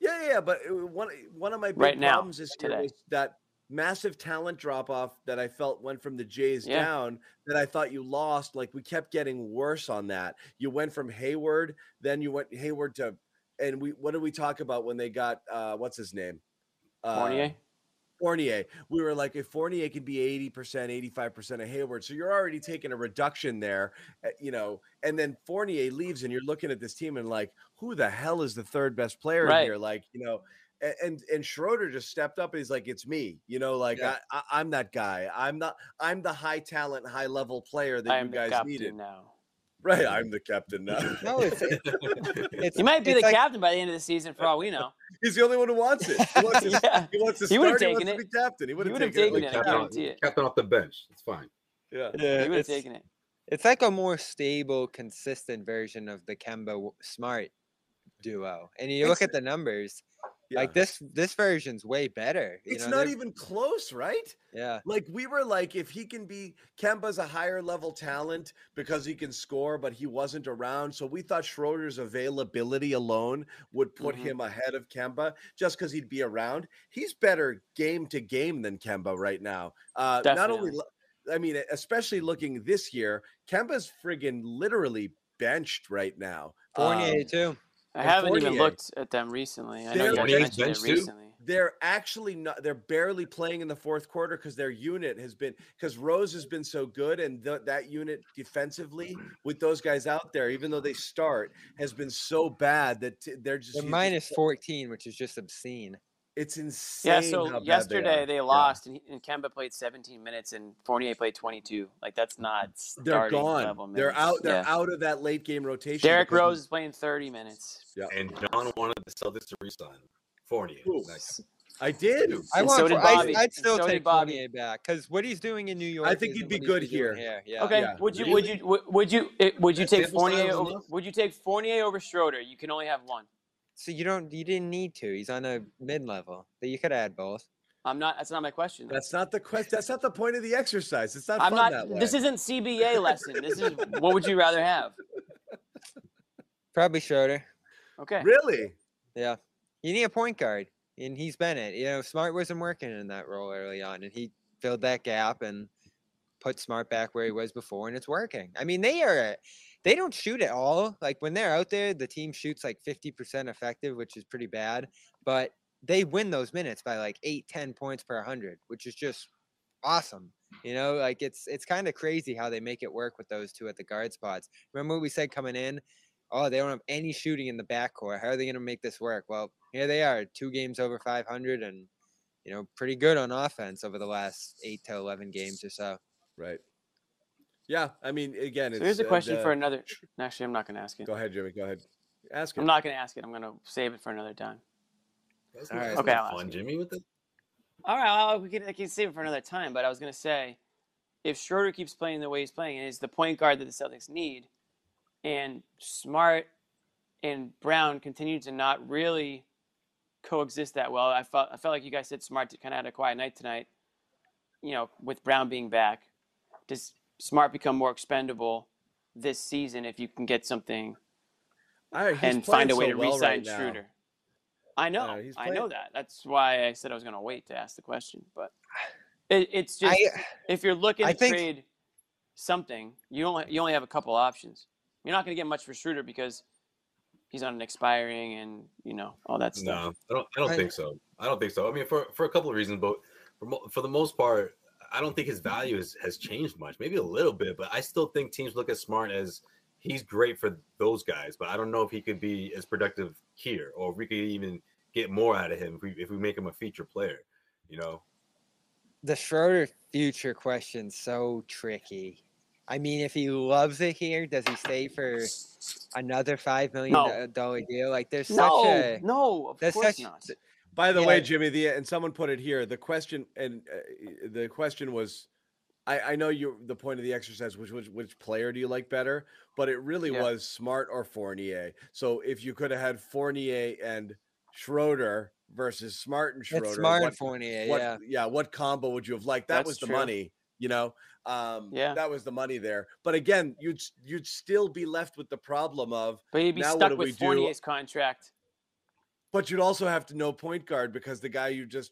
S1: Yeah, yeah, yeah, but it- one one of my big
S2: Right now,
S1: problems is
S2: today.
S1: that massive talent drop off that I felt went from the Jays
S2: Yeah.
S1: down that I thought you lost. Like we kept getting worse on that. You went from Hayward, then you went Hayward to, and we what did we talk about when they got uh what's his name? Uh,
S2: Fournier.
S1: Fournier. We were like, if Fournier could be 80%, 85% of Hayward, so you're already taking a reduction there, uh, you know, and then Fournier leaves and you're looking at this team and like, who the hell is the third best player
S2: Right.
S1: here? Like, you know, a- and and Schroeder just stepped up and he's like, it's me, you know, like
S4: Yeah.
S1: I, I, I'm that guy. I'm not I'm the high talent, high level player that
S2: I
S1: you
S2: am the
S1: guys
S2: captain
S1: needed.
S2: now.
S1: Right. I'm the captain now.
S4: No, it's, it- it's
S2: He might be
S4: it's
S2: the
S4: like-
S2: captain by the end of the season, for all we know.
S1: he's the only one who wants it. He wants to,
S2: yeah.
S1: he wants to
S2: He would've
S1: start, he wants
S2: taken
S1: to be captain. He would
S2: He
S1: have
S2: would have
S1: taken,
S2: taken
S1: it.
S2: it.
S1: like,
S2: I
S3: captain.
S2: guarantee it.
S3: Captain off the bench. It's fine.
S1: Yeah.
S4: Yeah,
S2: He would have
S4: it's,
S2: taken it.
S4: it's like a more stable, consistent version of the Kemba W- Smart duo. And you look at the numbers,
S1: Yeah.
S4: like this this version's way better. you
S1: It's
S4: know,
S1: not
S4: they're-
S1: even close, right?
S4: Yeah,
S1: Like we were like, if he can be Kemba's a higher level talent because he can score, but he wasn't around. So we thought Schroeder's availability alone would put
S4: Mm-hmm.
S2: Mhm.
S1: him ahead of Kemba just because he'd be around. He's better game to game than Kemba right now. Uh not only
S2: Definitely.
S1: lo- I mean, e, especially looking this year, Kemba's friggin' literally benched right now.
S4: Fournier
S1: Um,
S4: too.
S2: I
S1: And
S2: haven't even
S1: Fournier.
S2: looked at them recently. I know
S1: They're-
S2: you guys
S3: Fournier's
S2: mentioned it
S3: benched too?
S2: recently.
S1: they're actually not they're barely playing in the fourth quarter because their unit has been because rose has been so good and th- that unit defensively with those guys out there even though they start has been so bad that t- they're just
S4: They're
S1: he's just-
S4: minus 14, which is just obscene.
S1: it's insane
S2: Yeah,
S1: how
S2: so
S1: bad they
S2: yesterday
S1: are.
S2: they, lost, and, he, and Kemba played 17 minutes, and Fournier played 22. Like that's not
S1: they're
S2: starting
S1: gone
S2: level minutes.
S1: they're out they're
S2: Yeah.
S1: out of that late game rotation
S2: Derrick
S1: because-
S2: Rose is playing 30 minutes.
S3: And John wanted the Celtics to resign Fournier.
S1: Ooh.
S3: That guy.
S1: i did
S4: I
S2: And
S4: want.
S2: so
S4: Fo-
S2: did Bobby.
S4: I,
S2: And
S4: would still
S2: so did
S4: take
S2: Bobby.
S4: Fournier back because what he's doing in New York.
S1: think he'd
S4: isn't
S1: be
S4: what
S1: good
S4: he's doing
S1: here.
S4: Yeah.
S2: okay,
S1: yeah.
S2: would you would you would would you it- would you
S3: That
S2: take
S3: sample size
S2: Fournier
S3: is
S2: over,
S3: enough?
S2: would you take Fournier over Schroeder? You can only have one.
S4: So you don't. You didn't need to. He's on a mid level. That you could add both.
S2: I'm not. That's not my question. though.
S1: that's not the question that's not the point of the exercise it's not
S2: I'm
S1: fun that
S2: not.
S1: way.
S2: This isn't CBA lesson. This is what would you rather have?
S4: Probably Schroeder.
S2: Okay.
S1: really
S4: Yeah. You need a point guard, and he's been it. You know, Smart wasn't working in that role early on, and he filled that gap and put Smart back where he was before, and it's working. I mean, they are. a- They don't shoot at all. Like when they're out there, the team shoots like 50% effective, which is pretty bad. But they win those minutes by like eight, 10 points per 100, which is just awesome. You know, like it's it's kind of crazy how they make it work with those two at the guard spots. Remember what we said coming in? Oh, they don't have any shooting in the backcourt. How are they going to make this work? Well, here they are, two games over 500 and, you know, pretty good on offense over the last eight to 11 games or so.
S1: right yeah i mean again
S2: So
S1: it's,
S2: here's a
S1: uh,
S2: question
S1: the-
S2: for another. Actually, I'm not going to ask it.
S1: go ahead jimmy go ahead ask him
S2: I'm not going to ask it. I'm going to save it for another time.
S3: That's
S4: All
S3: not-
S4: right.
S3: that's
S2: Okay,
S3: not
S2: I'll
S3: fun,
S2: ask
S3: Jimmy. With the
S2: All right, well, we can, I can save it for another time. But I was going to say, if Schroeder keeps playing the way he's playing and is the point guard that the Celtics need, and Smart and Brown continue to not really coexist that well, I felt I felt like you guys said Smart kind of had a quiet night tonight. You know, with Brown being back, does Smart become more expendable this season if you can get something
S1: I, he's
S2: and
S1: playing
S2: find a way
S1: so
S2: to
S1: well
S2: re-sign
S1: right now.
S2: Schroeder? I know,
S1: he's
S2: I
S1: playing-
S2: know that. That's why I said I was going to wait to ask the question, but it, it's just
S4: I,
S2: if you're looking
S4: I
S2: to
S4: think-
S2: trade something, you don't you only have a couple options. You're not going to get much for Schroeder because he's on an expiring and you know all that stuff.
S3: No, I don't. I don't
S4: I-
S3: think so. I don't think so. I mean, for for a couple of reasons, but for, mo- for the most part, I don't think his value is, has changed much. Maybe a little bit, but I still think teams look at Smart as he's great for those guys. But I don't know if he could be as productive here, or if we could even get more out of him if we if we make him a feature player. You know,
S4: the Schroeder future question's so tricky. I mean, if he loves it here, does he stay for another $5 million
S2: No.
S4: dollar deal? Like there's such
S2: No,
S4: a.
S2: no, of
S4: There's
S2: course
S4: such-
S2: not.
S1: By the
S4: Yeah.
S1: way, Jimmy, the and someone put it here. The question and uh, the question was, I, I know you the point of the exercise, which which which player do you like better? But it really
S2: Yeah.
S1: was Smart or Fournier. So if you could have had Fournier and Schroeder versus Smart and Schroeder,
S4: It's smart
S1: what,
S4: and Fournier,
S1: what-
S4: yeah.
S1: what combo would you have liked? That
S2: That's
S1: was the
S2: true.
S1: money, you know. Um,
S2: Yeah.
S1: that was the money there. But again, you'd s- you'd still be left with the problem of
S2: But he'd be
S1: Now what do
S2: stuck
S1: we
S2: with
S1: do?
S2: Fournier's contract.
S1: But you'd also have to know point guard because the guy you just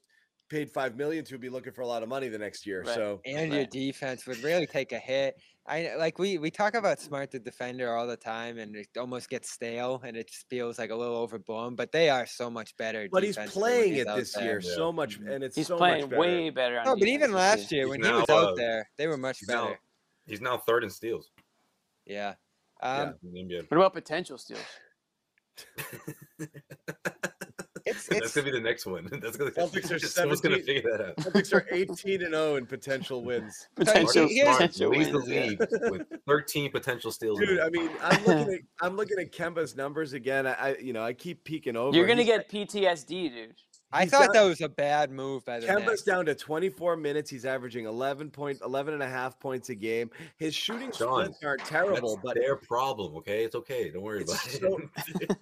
S1: paid five million to would be looking for a lot of money the next year.
S2: Right.
S1: So
S4: and your
S2: Right.
S4: defense would really take a hit. I like we we talk about smart the defender all the time, and it almost gets stale, and it just feels like a little overblown. But they are so much better.
S1: but he's
S4: defensively when
S1: playing
S4: he's
S1: it
S4: out
S1: this
S4: there.
S1: year
S3: Yeah.
S1: so much,
S2: Mhm.
S1: and it's
S2: He's
S1: so
S2: playing
S1: much better.
S2: way better on
S4: No, but
S2: defense
S4: even
S2: this
S4: last year
S3: He's
S4: when he
S3: now,
S4: was
S3: uh,
S4: out there, they were much
S3: he's now-
S4: better.
S3: He's now third in steals.
S4: Yeah. Um,
S3: in the NBA.
S2: What about potential steals?
S4: It's
S3: That's
S4: it's
S3: gonna be the next one. That's gonna.
S1: Celtics are
S3: someone's gonna
S1: 17.
S3: figure that out.
S1: Celtics are 18 and 0 in potential wins.
S2: Potential,
S4: Marcus Smart
S2: potential
S3: leads the
S2: wins. yeah.
S3: league with 13 potential steals. in
S1: Dude,
S3: the
S1: I mean, I'm looking at I'm looking at Kemba's numbers again. I, I you know, I keep peeking over.
S2: You're gonna
S1: He's-
S2: get PTSD, dude.
S4: I
S1: he's
S4: thought
S1: got-
S4: that was a bad move by the
S1: Kemba's
S4: Kemba's
S1: down to 24 minutes. He's averaging 11 point, 11 and a half points a game. His shooting
S3: Sean,
S1: splits aren't
S3: That's
S1: terrible, but
S3: their problem. Okay, it's okay. Don't worry
S1: It's
S3: about
S1: so-
S3: it.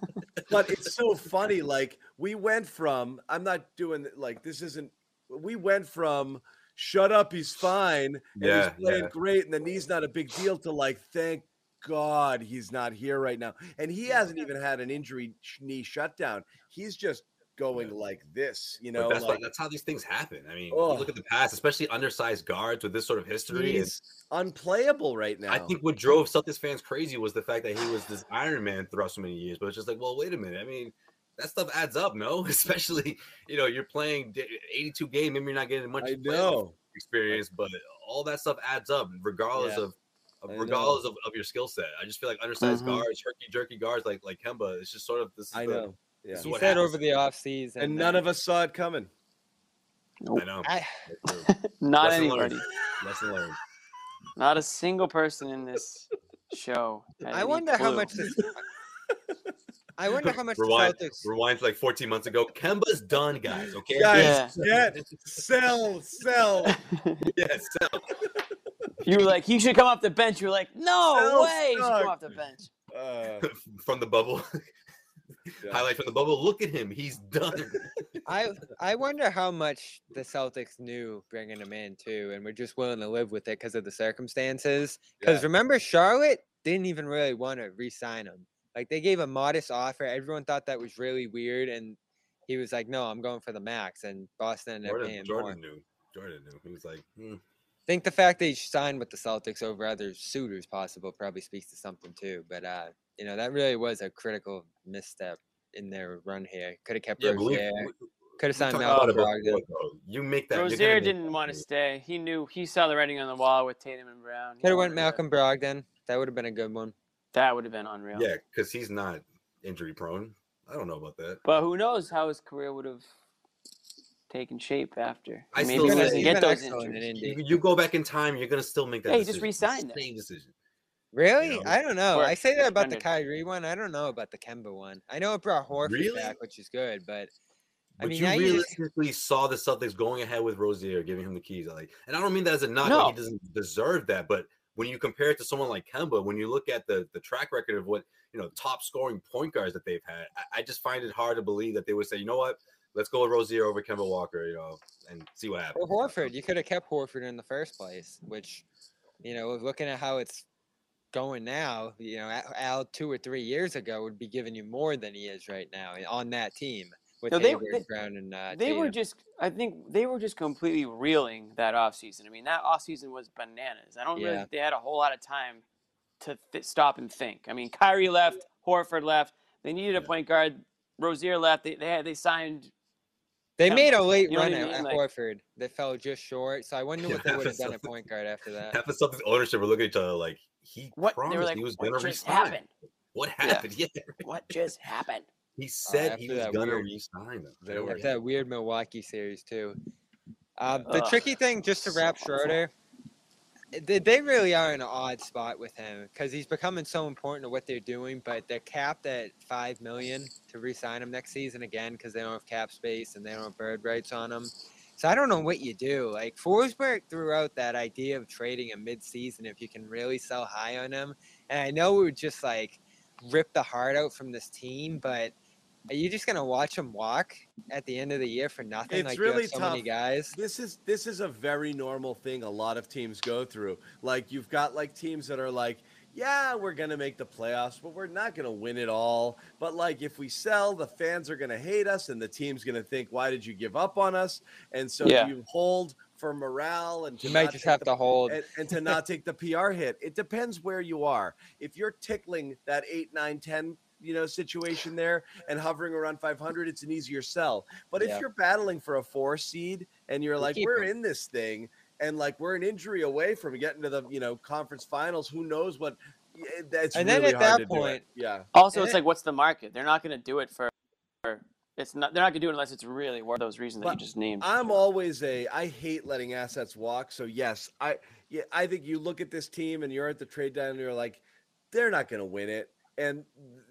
S1: but it's so funny. Like we went from I'm not doing th- like this isn't. We went from shut up, he's fine, and
S3: Yeah,
S1: he's playing
S3: yeah.
S1: great, and the knee's not a big deal. To like, thank God he's not here right now, and he hasn't even had an injury sh- knee shutdown. He's just going
S3: Yeah.
S1: like this, you
S3: But
S1: know.
S3: that's, why-
S1: Like,
S3: that's how these things happen. I mean,
S1: Ugh.
S3: you look at the past, especially undersized guards with this sort of history. and
S1: he's unplayable right now.
S3: I think what drove Celtics fans crazy was the fact that he was this Iron Man throughout so many years. But it's just like, well, wait a minute. I mean, that stuff adds up, no? Especially, you know, you're playing d- 82 game, maybe you're not getting much
S1: I
S3: playoff
S1: know.
S3: experience, but all that stuff adds up, regardless
S1: Yeah,
S3: of, of
S1: I know. Mm-hmm.
S3: regardless of, of your skill set. I just feel like undersized
S2: Mhm.
S3: guards, herky jerky guards like like Kemba, it's just sort of this. Is
S1: I
S3: the-
S1: know. Yeah.
S3: is
S4: He
S3: what
S4: said
S3: happens.
S4: over the offseason.
S1: And none
S4: that-
S1: of us saw it coming.
S3: I know.
S4: I,
S2: Not
S3: Lesson learned.
S2: anybody.
S3: Lesson learned.
S2: Not a single person in this show. had
S4: I
S2: any
S4: wonder how
S2: clue.
S4: much. This, I wonder how much the
S3: Rewind.
S4: Celtics.
S3: Rewind to like 14 months ago. Kemba's done, guys. Okay.
S1: Guys,
S3: Yeah.
S1: get, sell, sell.
S3: Yes.
S2: You were like, he should come off the bench. You were like, no
S1: Sell
S2: way, he should
S1: stock.
S2: come off the bench.
S3: Oh,
S1: Uh,
S3: from the bubble.
S1: Yeah.
S3: Highlight from the bubble. Look at him. He's done.
S4: I I wonder how much the Celtics knew bringing him in too, and were just willing to live with it because of the circumstances. Because remember, Charlotte didn't even really want to re-sign him. Like they gave a modest offer. Everyone thought that was really weird, and he was like, "No, I'm going for the max." And Boston ended up
S3: Jordan,
S4: paying more.
S3: Jordan knew. Jordan knew. He was like, hmm.
S4: think the fact that he signed with the Celtics over other suitors possible probably speaks to something too. But uh, you know, that really was a critical misstep in their run here. Could have kept
S3: yeah, but we,
S4: Rozier.
S3: we- we
S4: Could have
S3: talked
S4: signed
S3: about
S4: Malcolm
S3: it
S4: Brogdon.
S3: before, though. You make that. you're gonna
S2: Rozier
S3: make
S2: didn't
S3: that
S2: want to
S3: move.
S2: stay. He knew he saw the writing on the wall with Tatum and Brown. He
S4: Could have
S2: wanted
S4: went
S2: to-
S4: Malcolm Brogdon. That would have been a good one.
S2: That would have been unreal.
S3: Yeah, because he's not injury prone. I don't know about that.
S2: But who knows how his career would have taken shape after.
S3: I
S2: Maybe
S3: still
S2: he
S3: say-
S2: doesn't
S3: He's
S2: get
S4: been
S2: those
S4: excellent in
S2: injuries.
S4: Indy.
S3: You, you go back in time, you're gonna still make that.
S2: Yeah, you just
S3: decision. It's the
S2: re-signed him.
S3: Same decision.
S4: Really?
S3: know,
S4: I don't know.
S2: or
S4: I say that about the
S2: suspended.
S4: Kyrie one. I don't know about the Kemba one. I know it brought Horford
S3: Really?
S4: back, which is good, but I
S3: But
S4: mean,
S3: you
S4: now you just-
S3: realistically saw the Celtics going ahead with Rozier, giving him the keys. Like, and I don't mean that as a knock; like,
S2: No.
S3: he doesn't deserve that. But when you compare it to someone like Kemba, when you look at the the track record of what you know top scoring point guards that they've had, I, I just find it hard to believe that they would say, you know what, let's go with Rozier over Kemba Walker, you know, and see what happens.
S4: Or Horford, you could have kept Horford in the first place, which, you know, looking at how it's going now, you know, Al- Al two or three years ago would be giving you more than he is right now on that team with
S2: No, they-
S4: Hayward,
S2: they-
S4: Brown, and uh,
S2: They were
S4: Tatum.
S2: just, I think they were just completely reeling that offseason. I mean, that offseason was bananas. I don't really
S4: Yeah.
S2: think they had a whole lot of time to th- stop and think. I mean, Kyrie left, Horford left. They needed a
S3: Yeah.
S2: point guard. Rozier left. They, they, had, they signed
S4: They
S2: Kemba,
S4: made a late
S2: you know what
S4: run
S2: I
S4: at,
S2: mean?
S4: at
S2: Like-
S4: Horford. They fell just short, so I wonder
S3: Yeah,
S4: what they would have
S3: so-
S4: done at point guard after that.
S3: Half the Celtics ownership were looking at each other like he
S2: what
S3: promised
S2: they were like.
S3: he was
S2: What
S3: gonna
S2: just
S3: resign.
S2: happened?
S3: What happened? Yeah.
S2: What just happened?
S3: he said he was
S4: Uh, after that
S3: gonna
S4: weird-
S3: resign them.
S1: They
S3: Don't
S1: were-
S3: worry.
S4: Like that weird Milwaukee series too. Um, the
S2: Ugh,
S4: tricky thing, just to
S2: so
S4: wrap
S2: awful.
S4: Schroeder, they, they really are in an odd spot with him because he's becoming so important to what they're doing, but they're capped at five million to re-sign him next season again because they don't have cap space and they don't have bird rights on him. So I don't know what you do. Like Forsberg threw out that idea of trading him mid-season if you can really sell high on him, and I know it would just like rip the heart out from this team, but are you just gonna watch him walk at the end of the year for nothing?
S1: It's
S4: like you
S1: really
S4: have so many
S1: tough.
S4: guys.
S1: This is this is a very normal thing a lot of teams go through. Like you've got like teams that are like, yeah, we're gonna make the playoffs, but we're not gonna win it all. But like, if we sell, the fans are gonna hate us, and the team's gonna think, "Why did you give up on us?" And so
S2: Yeah.
S1: you hold for morale and to
S4: You may
S1: not
S4: just
S1: take
S4: have
S1: the-
S4: to hold.
S1: and, and to not take the PR hit. It depends where you are. If you're tickling that 8, 9, 10, you know, situation there and hovering around 500, it's an easier sell. But if
S4: Yeah.
S1: you're battling for a four seed and you're like,
S4: keep
S1: we're
S4: it.
S1: in this thing and like we're an injury away from getting to the, you know, conference finals, who knows what. it- That's
S4: And
S1: really
S4: then at
S1: hard
S4: that
S1: to do it.
S4: point-
S1: yeah.
S2: Also,
S4: And
S2: it's
S4: it-
S2: like, what's the market? They're not going to do it for. for- It's not. They're not going to do it unless it's really worth those reasons that
S1: But
S2: you just named.
S1: I'm always a I hate letting assets walk. So yes, I yeah, I think you look at this team and you're at the trade down and you're like, they're not gonna win it. And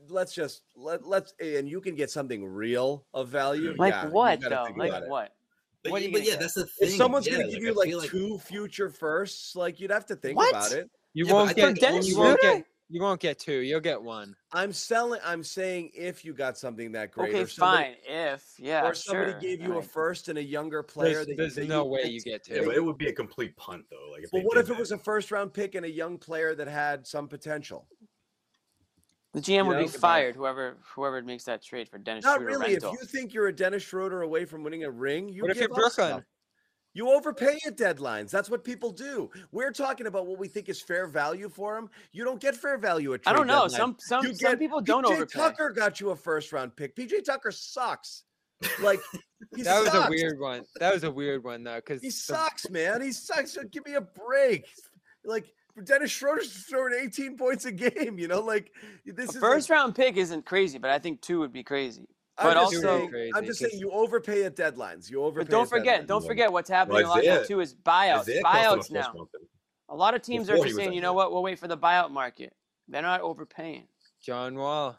S1: let's just let let's and you can get something real of value.
S2: like
S1: yeah, you
S2: what
S1: gotta
S2: though?
S1: think about
S2: Like
S1: it.
S2: what?
S3: But,
S2: What are
S3: yeah-
S2: you
S3: but
S2: gonna
S3: yeah,
S2: get?
S3: that's the thing.
S1: If someone's
S3: yeah,
S1: gonna give you
S3: I
S1: like two
S3: feel
S1: future firsts, like you'd have to think
S2: What?
S1: about it.
S4: You
S3: Yeah, but I
S4: won't
S3: think
S4: get.
S2: Dennis
S4: You won't
S2: Schroeder-
S4: get. You won't get two. You'll get one.
S1: I'm selling. I'm saying if you got something that great,
S2: Okay,
S1: or somebody,
S2: fine. If yeah,
S1: or somebody
S2: sure.
S1: gave you
S2: I
S1: a
S2: mean,
S1: first and a younger player.
S4: There's,
S1: that,
S4: there's
S1: that
S4: no
S1: you
S4: way
S1: picked.
S4: you get two.
S3: Yeah, but it would be a complete punt though. Like, if
S1: But
S3: they
S1: what
S3: did
S1: if it
S3: that.
S1: was a first round pick and a young player that had some potential?
S2: the GM would
S1: know,
S2: be
S1: think about it.
S2: fired. Whoever whoever makes that trade for Dennis
S1: Not
S2: Schroeder
S1: really.
S2: rental.
S1: If you think you're a Dennis Schroeder away from winning a ring, you
S4: What if
S1: give
S4: you're
S1: up stuff.
S4: Brooklyn?
S1: You overpay at deadlines. That's what people do. We're talking about what we think is fair value for him. You don't get fair value at.
S2: I don't
S1: trade
S2: know.
S1: deadline.
S2: Some some
S1: You
S2: some
S1: get-
S2: people don't
S1: PJ
S2: overpay.
S1: Tucker got you a first round pick. PJ Tucker sucks. Like he
S4: That was
S1: sucks.
S4: a weird one. That was a weird one though, because
S1: He sucks, man. He sucks. So Give me a break. Like Dennis Schroeder's throwing 18 points a game. You know, like this
S2: A
S1: is like,
S2: first round pick isn't crazy, but I think two would be crazy.
S1: I'm
S2: But
S1: just
S2: also-
S1: saying-
S4: Crazy,
S1: I'm just
S4: 'cause-
S1: saying you overpay at deadlines. You overpay.
S2: But don't
S1: at
S2: forget,
S1: deadlines.
S2: don't forget what's happening
S3: Well,
S2: a lot now
S3: Isaiah-
S2: too is buyouts.
S3: Isaiah cost him a
S2: Buyouts
S3: first
S2: now.
S3: round pick.
S2: A lot of teams are
S3: Before he
S2: just
S3: was
S2: saying,
S3: that
S2: you know
S3: good.
S2: what, we'll wait for the buyout market. They're not overpaying.
S4: John Wall.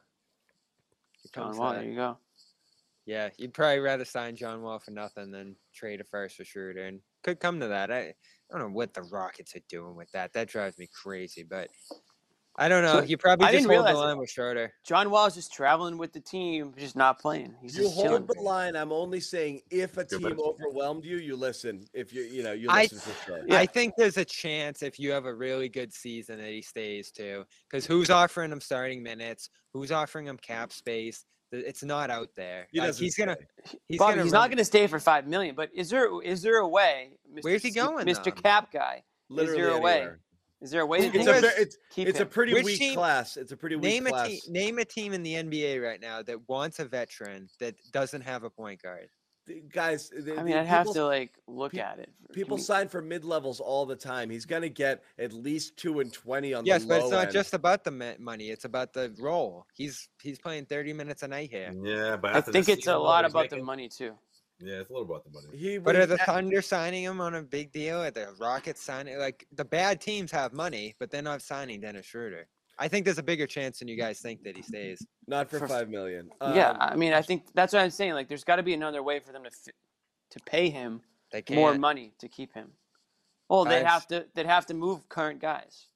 S4: Here
S2: John
S4: comes
S2: Wall,
S4: that.
S2: there you go.
S4: Yeah, you'd probably rather sign John Wall for nothing than trade a first for Schroeder, and could come to that. I, I don't know what the Rockets are doing with that. That drives me crazy, but I don't know.
S2: So,
S4: You probably
S2: I
S4: just
S2: didn't
S4: hold the
S2: realize it.
S4: line with Schroeder.
S2: John Wall is just traveling with the team, just not playing. He's
S1: You
S2: just chilling.
S1: hold the line. I'm only saying if a
S3: You're
S1: team
S3: better.
S1: overwhelmed you, you listen. If you, you know, you
S4: I-
S1: listen for sure.
S2: Yeah.
S4: I think there's a chance if you have a really good season that he stays too, because who's offering him starting minutes? Who's offering him cap space? Th- It's not out there.
S1: He
S4: Like,
S1: doesn't
S4: he's gonna. He's
S2: Bobby,
S4: gonna
S2: he's
S4: run-
S2: not going to stay for five million. But is there is there a way? Mr.
S4: Where's he
S2: C-
S4: going,
S2: Mr.
S4: though?
S2: Cap guy?
S1: Literally
S2: there a way?
S1: anywhere.
S2: Is there a way to
S4: Who
S1: It's
S2: think
S1: a,
S4: is-
S1: ve- it's,
S2: keep
S1: it's a
S2: him?
S1: pretty
S4: Which
S1: weak
S4: team-
S1: class. It's a pretty weak
S4: Name a,
S1: class.
S4: team, name a team in the NBA right now that wants a veteran that doesn't have a point guard.
S1: The- Guys, the-
S2: I
S1: the
S2: mean, I'd have
S1: people-
S2: to like look
S1: pe-
S2: at it. Can
S1: People
S2: we-
S1: sign for mid levels all the time. He's going to get at least two and twenty on
S4: Yes,
S1: the low
S4: but it's not
S1: end.
S4: just about the ma- money; it's about the role. He's he's playing 30 minutes a night here.
S3: Yeah, but
S2: I
S3: after
S2: think
S3: this
S2: it's
S3: season,
S2: a
S3: what
S2: lot
S3: he's
S2: about the
S3: making-
S2: money too.
S3: Yeah, it's a little about the money.
S1: He
S4: But
S1: would-
S4: are the Thunder signing him on a big deal? Are the Rockets signing? Like the bad teams have money, but they're not signing Dennis Schroeder. I think there's a bigger chance than you guys think that he stays.
S1: not for
S2: for-
S1: five million.
S2: yeah,
S1: Um,
S2: I mean, I think that's what I'm saying. Like, there's got to be another way for them to fi- to pay him
S4: They can't.
S2: more money to keep him. Well, they'd
S4: Guys.
S2: have to they'd have to move current guys.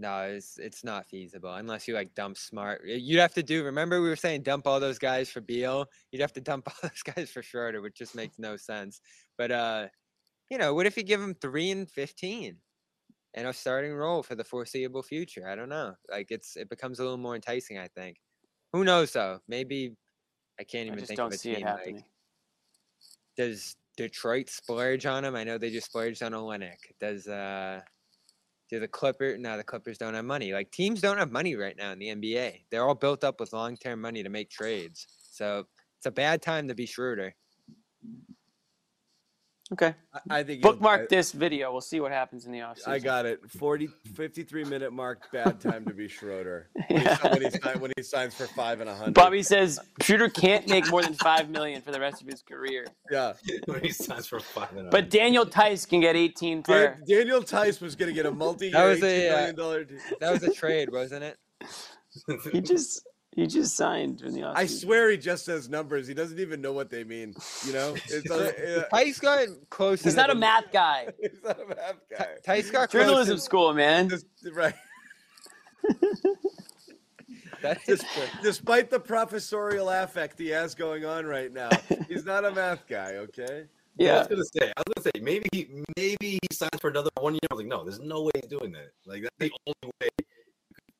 S4: No, it's it's not feasible unless you like dump smart. Y- You'd have to do. Remember, we were saying dump all those guys for Beal. You'd have to dump all those guys for Schroeder, which just makes no sense. But uh, you know, what if you give him three and fifteen, and a starting role for the foreseeable future? I don't know. Like it's it becomes a little more enticing. I think. Who knows though? Maybe I can't
S2: I
S4: even
S2: just
S4: think
S2: don't
S4: of a
S2: see it
S4: team. Like,
S2: happening.
S4: does Detroit splurge on him? I know they just splurged on Olenek. Does uh do the Clippers? No, the Clippers don't have money. Like teams don't have money right now in the NBA. They're all built up with long term money to make trades. So it's a bad time to be Schroeder.
S2: Okay,
S1: I, I think he'll-
S2: bookmark
S1: I-
S2: this video. We'll see what happens in the offseason.
S1: I got it. 40, 53 minute mark. Bad time to be Schroeder. When he,
S2: Yeah.
S1: si- when, he sign, when he signs for five and a hundred.
S2: Bobby says Shooter can't make more than five million for the rest of his career,
S1: Yeah.
S3: when he signs for five and oh. a
S2: but Daniel Tice can get eighteen
S1: Dan-
S2: per.
S1: Daniel Tice was going to get a multi-year,
S4: That was a,
S1: $18
S4: uh,
S1: million dollar deal.
S4: That was a trade, wasn't it?
S3: half.
S2: He just he just signed in the offseason.
S1: I swear he just says numbers. He doesn't even know what they mean. You know, it's a, uh,
S4: Tice got close.
S2: He's
S4: to
S2: not
S4: the-
S2: a math guy.
S1: he's not a math guy.
S4: Tice got close to-
S2: Journalism school, man.
S1: Just, right.
S4: That is
S1: Just,
S4: true.
S1: despite the professorial affect he has going on right now, he's not a math guy. Okay.
S3: I
S2: Yeah,
S3: was gonna say, I was gonna say, maybe he, maybe he signs for another one year. I was like, no, there's no way he's doing that. Like that's the only way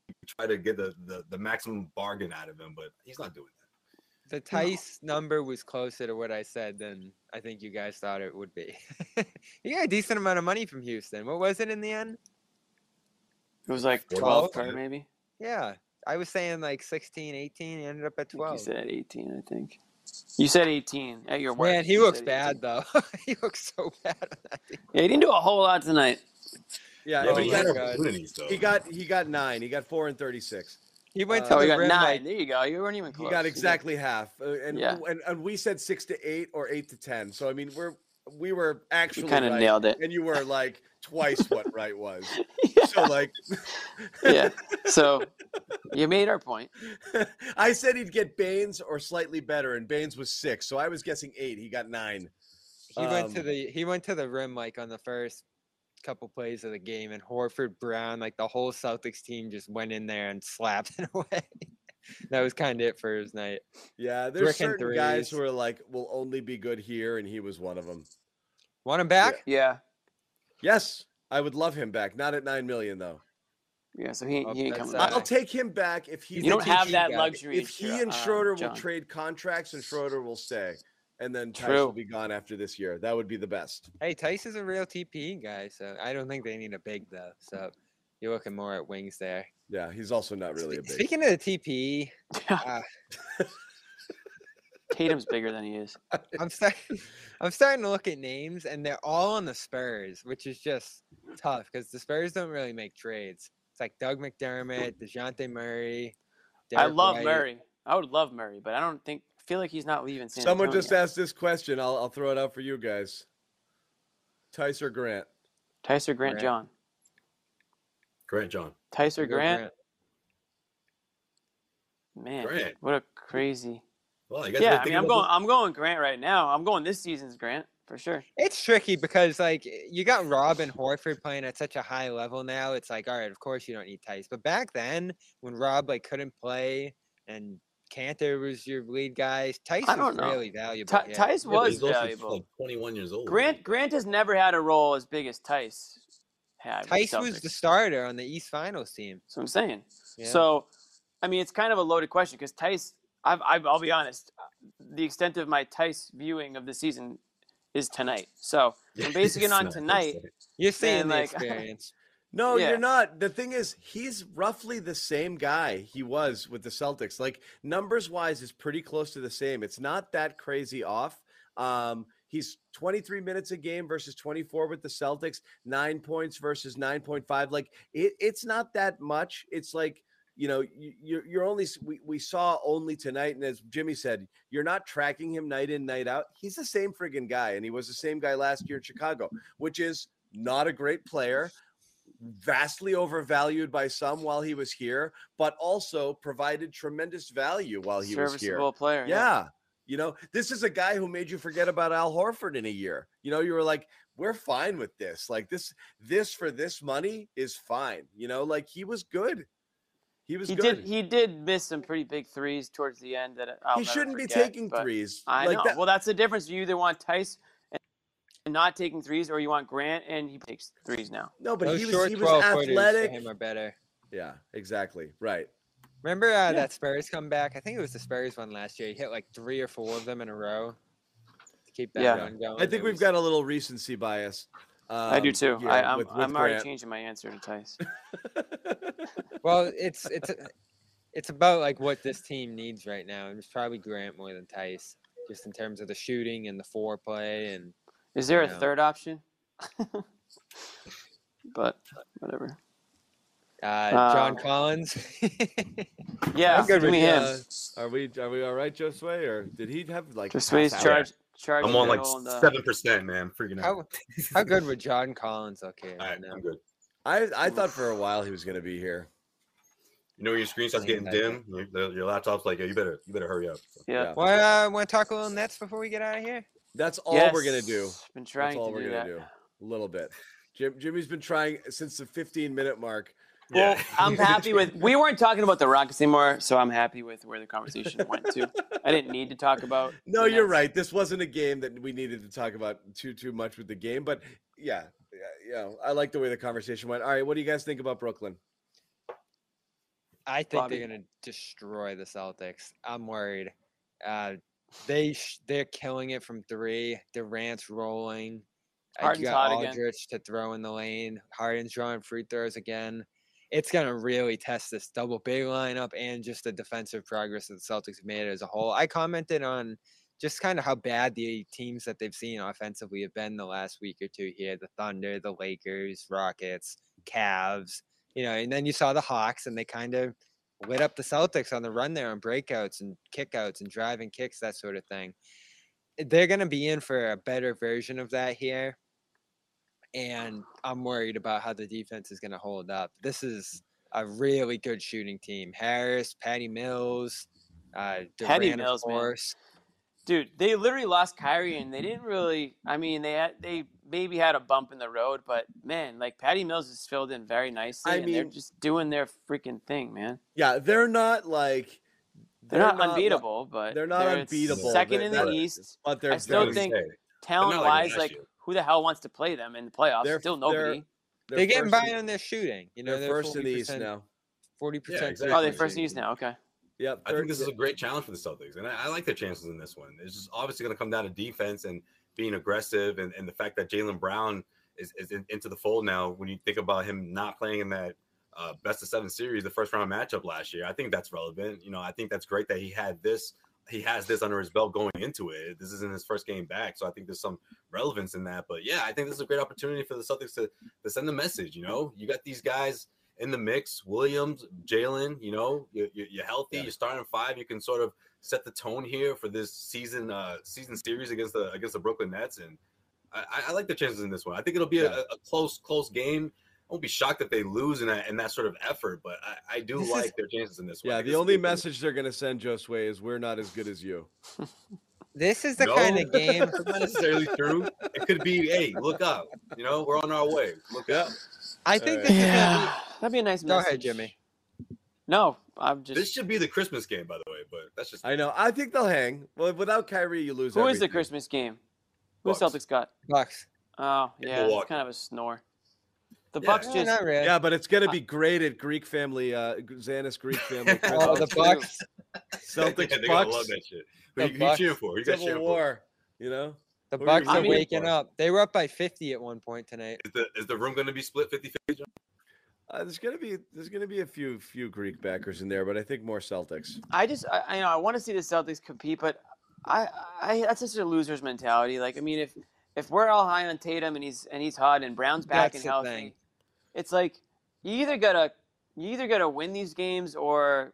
S3: you try to get the, the, the maximum bargain out of him, but he's not doing that.
S4: The Tice number was closer to what I said than I think you guys thought it would be. you got a decent amount of money from Houston. What was it in the end?
S2: It was like 12
S3: Twelve?
S2: card, maybe.
S4: Yeah. I was saying like 16, 18. He ended up at
S2: I think
S4: 12.
S2: You said 18, I think. You said 18 at your work.
S4: Man, he
S2: You
S4: looks
S2: said
S4: bad
S2: 18.
S4: though. he looks so bad. on that team.
S2: Yeah, he didn't do a whole lot tonight.
S1: Yeah,
S3: Yeah,
S4: Oh
S3: but he
S4: my
S3: had
S4: God.
S3: opportunities though.
S1: he got he got nine. He got four and thirty six.
S4: He went
S1: Uh,
S4: to
S2: Oh,
S4: the
S2: he got
S4: rim
S2: nine.
S4: like
S2: There you go. You weren't even close.
S1: He got exactly half, uh, and,
S2: Yeah.
S1: and and we said six to eight or eight to ten. So I mean, we're we were actually
S2: You kind of
S1: right,
S2: nailed it.
S1: and you were like twice what right was.
S2: yeah.
S1: So like,
S2: yeah. So you made our point.
S1: I said he'd get Baines or slightly better, and Baines was six, so I was guessing eight. He got nine.
S4: he went to
S1: Um,
S4: the he went to the rim like on the first couple plays of the game, and Horford Brown, like the whole Celtics team, just went in there and slapped it away. that was kind of it for his night.
S1: Yeah, there's
S4: Brick and
S1: certain guys
S4: threes.
S1: who are like, will only be good here, and he was one of them.
S4: Want him back?
S2: Yeah.
S1: Yes, I would love him back. Not at nine million though.
S2: Yeah. So he,
S4: Oh,
S2: he ain't
S4: that's
S2: coming
S4: sad.
S2: back.
S1: I'll take him back if he.
S4: You
S2: you don't
S4: think he
S2: have
S4: should
S2: that
S4: go.
S2: luxury.
S1: if he
S2: Schro-
S1: and
S2: um,
S1: Schroeder will
S2: John.
S1: trade contracts and Schroeder will stay, and then Tyson will
S2: True.
S1: be gone after this year. That would be the best.
S4: Hey, Tice is a real TPE guy, so I don't think they need a big though. So you're looking more at wings there.
S1: Yeah, he's also not really a
S4: Spe-
S1: big.
S4: Speaking of the TPE,
S2: Tatum's bigger than he is.
S4: I'm starting. I'm starting to look at names, and they're all on the Spurs, which is just tough because the Spurs don't really make trades. It's like Doug McDermott, Dejounte Murray.
S2: I
S4: Derrick
S2: love
S4: White.
S2: Murray. I would love Murray, but I don't think I feel like he's not leaving San
S1: Someone
S2: Antonio.
S1: just asked this question. I'll, I'll throw it out for you guys. Tyser Grant.
S2: Tyser Grant,
S4: Grant.
S2: John.
S3: Grant John.
S2: Tyser
S4: Go
S2: Grant, man,
S3: Grant.
S2: what a crazy.
S3: Well, I guess
S2: Yeah, I
S3: we're
S2: mean,
S3: thinking
S2: I'm
S3: about
S2: going. I'm going Grant right now. I'm going this season's Grant for sure.
S4: It's tricky because like you got Rob and Horford playing at such a high level now. It's like, all right, of course you don't need Tice. But back then, when Rob like couldn't play and Cantor was your lead guy, Tice
S2: I
S4: was
S2: don't know.
S4: really valuable.
S2: Ty
S4: yeah.
S2: Tice
S3: Yeah, but
S2: was
S3: he's also,
S2: valuable.
S3: Like 21 years old.
S2: Grant Grant has never had a role as big as Tice had. with
S4: Tice was the
S2: Celtics.
S4: starter on the East Finals team.
S2: So I'm saying.
S4: Yeah.
S2: So, I mean, it's kind of a loaded question because Tice. I've, I've, I'll be honest. uh, The extent of my Tice viewing of the season is tonight. So I'm basing it
S3: It's
S2: on
S3: not-
S2: tonight.
S4: You're seeing the
S2: like,
S4: experience.
S1: No,
S2: Yeah.
S1: you're not. The thing is, he's roughly the same guy he was with the Celtics. Like numbers wise, is pretty close to the same. It's not that crazy off. Um, he's 23 minutes a game versus 24 with the Celtics. Nine points versus 9.5. Like it, it's not that much. It's like you know, you, you're you're only s- we, we saw only tonight, and as Jimmy said, you're not tracking him night in night out. He's the same friggin' guy, and he was the same guy last year in Chicago, which is not a great player vastly overvalued by some while he was here, but also provided tremendous value while he was here.
S2: serviceable player.
S1: Yeah. You know, this is a guy who made you forget about Al Horford in a year. You know, you were like, we're fine with this. Like this, this for this money is fine. You know, like he was good. He was
S2: He
S1: good.
S2: did. He did miss some pretty big threes towards the end. That uh, I'll
S1: he
S2: never
S1: shouldn't be
S2: forget,
S1: taking
S2: but
S1: threes.
S2: I
S1: like
S2: know.
S1: that-
S2: Well, that's the difference. You either want Tice and not taking threes, or you want Grant and he takes threes now.
S1: no, but
S4: Those
S1: he was
S4: short
S1: he was
S4: 12 footers for
S1: athletic.
S4: him are better.
S1: Yeah, exactly. Right.
S4: Remember uh, that Spurs comeback? I think it was the Spurs one last year. He hit like three or four of them in a row to keep that
S2: Yeah.
S4: run going.
S1: I
S4: It
S1: think we've
S4: was-
S1: got a little recency bias.
S2: I do
S1: um,
S2: too.
S1: here
S2: I, I'm,
S1: with- with
S2: I'm already
S1: Grant.
S2: changing my answer to Tice.
S4: Well, it's it's uh, it's about like what this team needs right now, and it's probably Grant more than Tice, just in terms of the shooting and the foreplay. And
S2: Is there a
S4: Yeah.
S2: third option? but whatever.
S4: uh, John
S2: Uh,
S4: Collins,
S2: Yeah,
S4: I'm good
S2: give
S4: with
S2: me him.
S4: uh,
S1: Are we are we all right, Josue? Or did he have like
S2: Just please
S1: half hour?
S2: charge. Charge.
S3: I'm on like
S2: middle and, uh,
S3: 7%, man. I'm freaking out.
S2: Oh,
S4: how how good would John Collins look here?
S3: All right,
S4: right now?
S3: I'm good.
S1: I I thought for a while he was gonna be here.
S3: You know, when your screen starts getting
S4: Clean
S3: dim,
S4: that
S3: your, the- your laptop's like, yeah, you better, you better hurry up. So,
S2: Yeah.
S1: Yeah.
S4: Well, uh, want to talk a little Nets before we get out of here?
S1: That's all we're gonna do.
S2: Yes, Been
S1: That's
S2: trying
S1: all
S2: to
S1: we're
S2: do
S1: gonna
S2: that.
S1: do. A little bit. Jim Jimmy's been trying since the 15 minute mark.
S2: Well,
S3: Yeah.
S2: I'm happy with. We weren't talking about the Rockets anymore, so I'm happy with where the conversation went to. I didn't need to talk about.
S1: No,
S2: the
S1: you're
S2: Nets.
S1: right. This wasn't a game that we needed to talk about too too much with the game, but yeah, yeah, you know, I like the way the conversation went. All right, what do you guys think about Brooklyn?
S4: I think
S2: Bobby?
S4: they're going to destroy the Celtics. I'm worried. Uh, they sh- they're killing it from three. Durant's rolling. Uh,
S2: Harden's
S4: you got
S2: hot again.
S4: Aldridge to throw in the lane. Harden's drawing free throws again. It's going to really test this double big lineup and just the defensive progress that the Celtics have made as a whole. I commented on just kind of how bad the teams that they've seen offensively have been the last week or two here the Thunder, the Lakers, Rockets, Cavs, you know, and then you saw the Hawks and they kind of lit up the Celtics on the run there on breakouts and kickouts and driving kicks, that sort of thing. They're going to be in for a better version of that here. And I'm worried about how the defense is going to hold up. This is a really good shooting team. Harris, Patty Mills, uh,
S2: Patty
S4: Durant,
S2: Mills,
S4: of
S2: man.
S4: course.
S2: Dude, they literally lost Kyrie, and they didn't really. I mean, they had, they maybe had a bump in the road, but man, like Patty Mills is filled in very nicely,
S1: I
S2: and they're
S1: mean-
S2: just doing their freaking thing, man.
S1: Yeah, they're not like
S2: They're, not,
S1: like-
S2: unbeatable, but
S1: they're not unbeatable.
S2: Second
S1: They-
S2: in the
S1: that-
S2: East,
S1: but they're
S2: I still
S1: very-
S2: think-
S3: Hey,
S2: talent
S3: like
S2: wise,
S3: last
S2: like
S3: year.
S2: who the hell wants to play them in the playoffs?
S1: They're-
S2: Still
S1: they're-
S2: nobody.
S4: They're getting
S1: first
S4: by
S1: in-
S4: on their shooting. You know,
S1: They're first in the East
S4: 40%
S1: now.
S4: 40%
S3: Yeah,
S4: through
S2: oh,
S3: exactly.
S2: they
S3: they're
S2: first in the East now. Okay.
S1: Yep.
S3: I think
S1: they're-
S3: this is a great challenge for the Celtics, and I, I like their chances in this one. It's just obviously going to come down to defense and being aggressive, and, and the fact that Jalen Brown is, is in, into the fold now. When you think about him not playing in that uh, best of seven series, the first round matchup last year, I think that's relevant. You know, I think that's great that he had this. He has this under his belt going into it. This isn't his first game back, so I think there's some relevance in that. But yeah, I think this is a great opportunity for the Celtics to to send the message. You know, you got these guys in the mix. Williams, Jalen, you know, you're, you're healthy.
S1: Yeah.
S3: You're starting five. You can sort of set the tone here for this season uh season series against the against the Brooklyn Nets, and I, I- I like the chances in this one. I think it'll be a,
S1: Yeah.
S3: a close close game. I won't be shocked if they lose in that in that sort of effort, but I, I do
S4: This is-
S3: like their chances in this one. I
S1: yeah,
S3: think
S1: the
S3: this will
S1: only
S3: be a good-
S1: message they're gonna send Josue is we're not as good as you.
S4: This is the kind
S3: No.
S4: of game.
S3: It's not necessarily true. It could be, hey, look up. You know, we're on our way. Look up.
S4: I think
S1: Alright.
S4: this is gonna be-
S2: That'd be a nice.
S4: Go ahead,
S2: message.
S4: Jimmy.
S2: No, I'm
S3: This
S2: just.
S3: should be the Christmas game, by the way, but that's just
S1: I know. I think they'll hang. Well, without Kyrie, you lose.
S2: Who is the
S1: everything.
S2: Christmas game? Who
S3: Bucks.
S2: Celtics got?
S4: Bucks.
S2: Oh,
S3: In
S2: yeah, it's
S3: Milwaukee.
S2: kind of a snore. The
S3: Yeah.
S2: Bucks
S4: No,
S2: just
S4: not really.
S1: Yeah, but it's gonna
S2: Uh,
S1: be great at Greek family, uh, Xanis Greek family.
S4: Oh, the
S1: Christmas.
S4: Bucks.
S1: Celtics,
S3: yeah, they're gonna love
S1: Bucks,
S3: that shit. Who you,
S4: The
S3: who you
S4: Bucks.
S3: cheering for? Who you guys
S1: Civil
S3: cheering for?
S1: War. You know,
S4: The
S1: Who are you
S4: Bucks are
S2: rooting
S4: waking
S3: for?
S4: up. They were up by 50 at one point tonight.
S3: Is the, is the room going to be split 50 50?
S1: uh, there's gonna be there's gonna be a few few Greek backers in there, but I think more Celtics.
S2: I just I, I know I want to see the Celtics compete, but I, I that's just a loser's mentality. Like I mean, if if we're all high on Tatum and he's and he's hot and Brown's back and
S4: That's the
S2: healthy,
S4: thing.
S2: it's like you either gotta you either gotta win these games or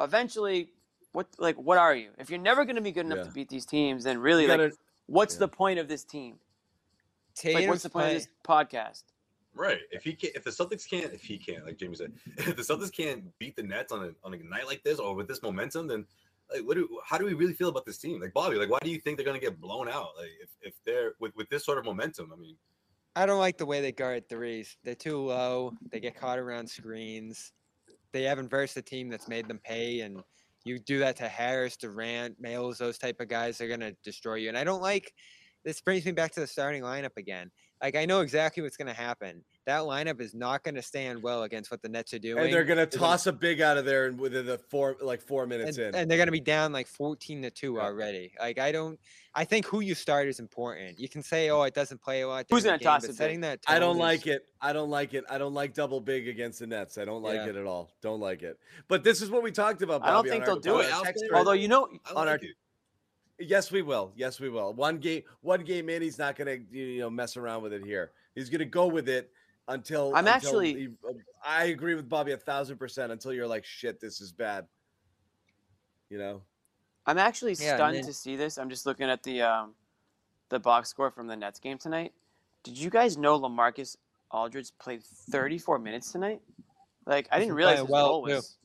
S2: eventually what like what are you? If you're never gonna be good enough
S1: Yeah.
S2: to beat these teams, then really
S1: You gotta-
S2: like what's
S1: yeah.
S2: the point of this team?
S4: Tatum's
S2: like what's the point
S4: playing-
S2: of this podcast?
S3: Right. If he can't, if the Celtics can't, if he can't, like Jamie said, if the Celtics can't beat the Nets on a, on a night like this or with this momentum, then like, what do, how do we really feel about this team? Like, Bobby, like, why do you think they're going to get blown out? Like, if, if they're with, with this sort of momentum, I mean,
S4: I don't like the way they guard threes. They're too low. They get caught around screens. They haven't versed a team that's made them pay. And you do that to Harris, Durant, Mills, those type of guys, they're going to destroy you. And I don't like this brings me back to the starting lineup again. Like, I know exactly what's going to happen. That lineup is not going to stand well against what the Nets are doing.
S1: And they're gonna
S4: gonna-
S1: toss a big out of there and within the four like four minutes
S4: and,
S1: in.
S4: and they're going to be down like 14 to 2
S1: Yeah.
S4: already. Like, I don't, I think who you start is important. You can say, oh, it doesn't play a lot. during
S2: Who's
S4: the
S2: gonna
S4: game,"
S2: toss
S4: but
S2: it big?
S4: Setting that
S1: I don't
S4: tone is-
S1: like it. I don't like it. I don't like double big against the Nets. I don't like
S4: Yeah.
S1: it at all. Don't like it. But this is what we talked about.
S2: I don't
S1: Bobby, on
S2: think
S1: our-
S2: they'll do
S1: on
S3: it.
S1: our text thread.
S2: Although you know
S3: I
S1: On
S3: like
S1: our-
S3: it.
S1: Yes, we will. Yes, we will. One game, one game in. He's not going to you know mess around with it here. He's going to go with it until
S2: I'm
S1: until
S2: actually-
S1: he- um, I agree with Bobby a thousand percent. Until you're like, shit, this is bad. You know.
S2: I'm actually
S4: Yeah, and
S2: stunned
S4: then-
S2: to see this. I'm just looking at the um, the box score from the Nets game tonight. Did you guys know Lamarcus Aldridge played 34 minutes tonight? Like I
S4: He's
S2: didn't
S4: been
S2: realize
S4: playing
S2: his
S4: well,
S2: role
S4: too.
S2: was.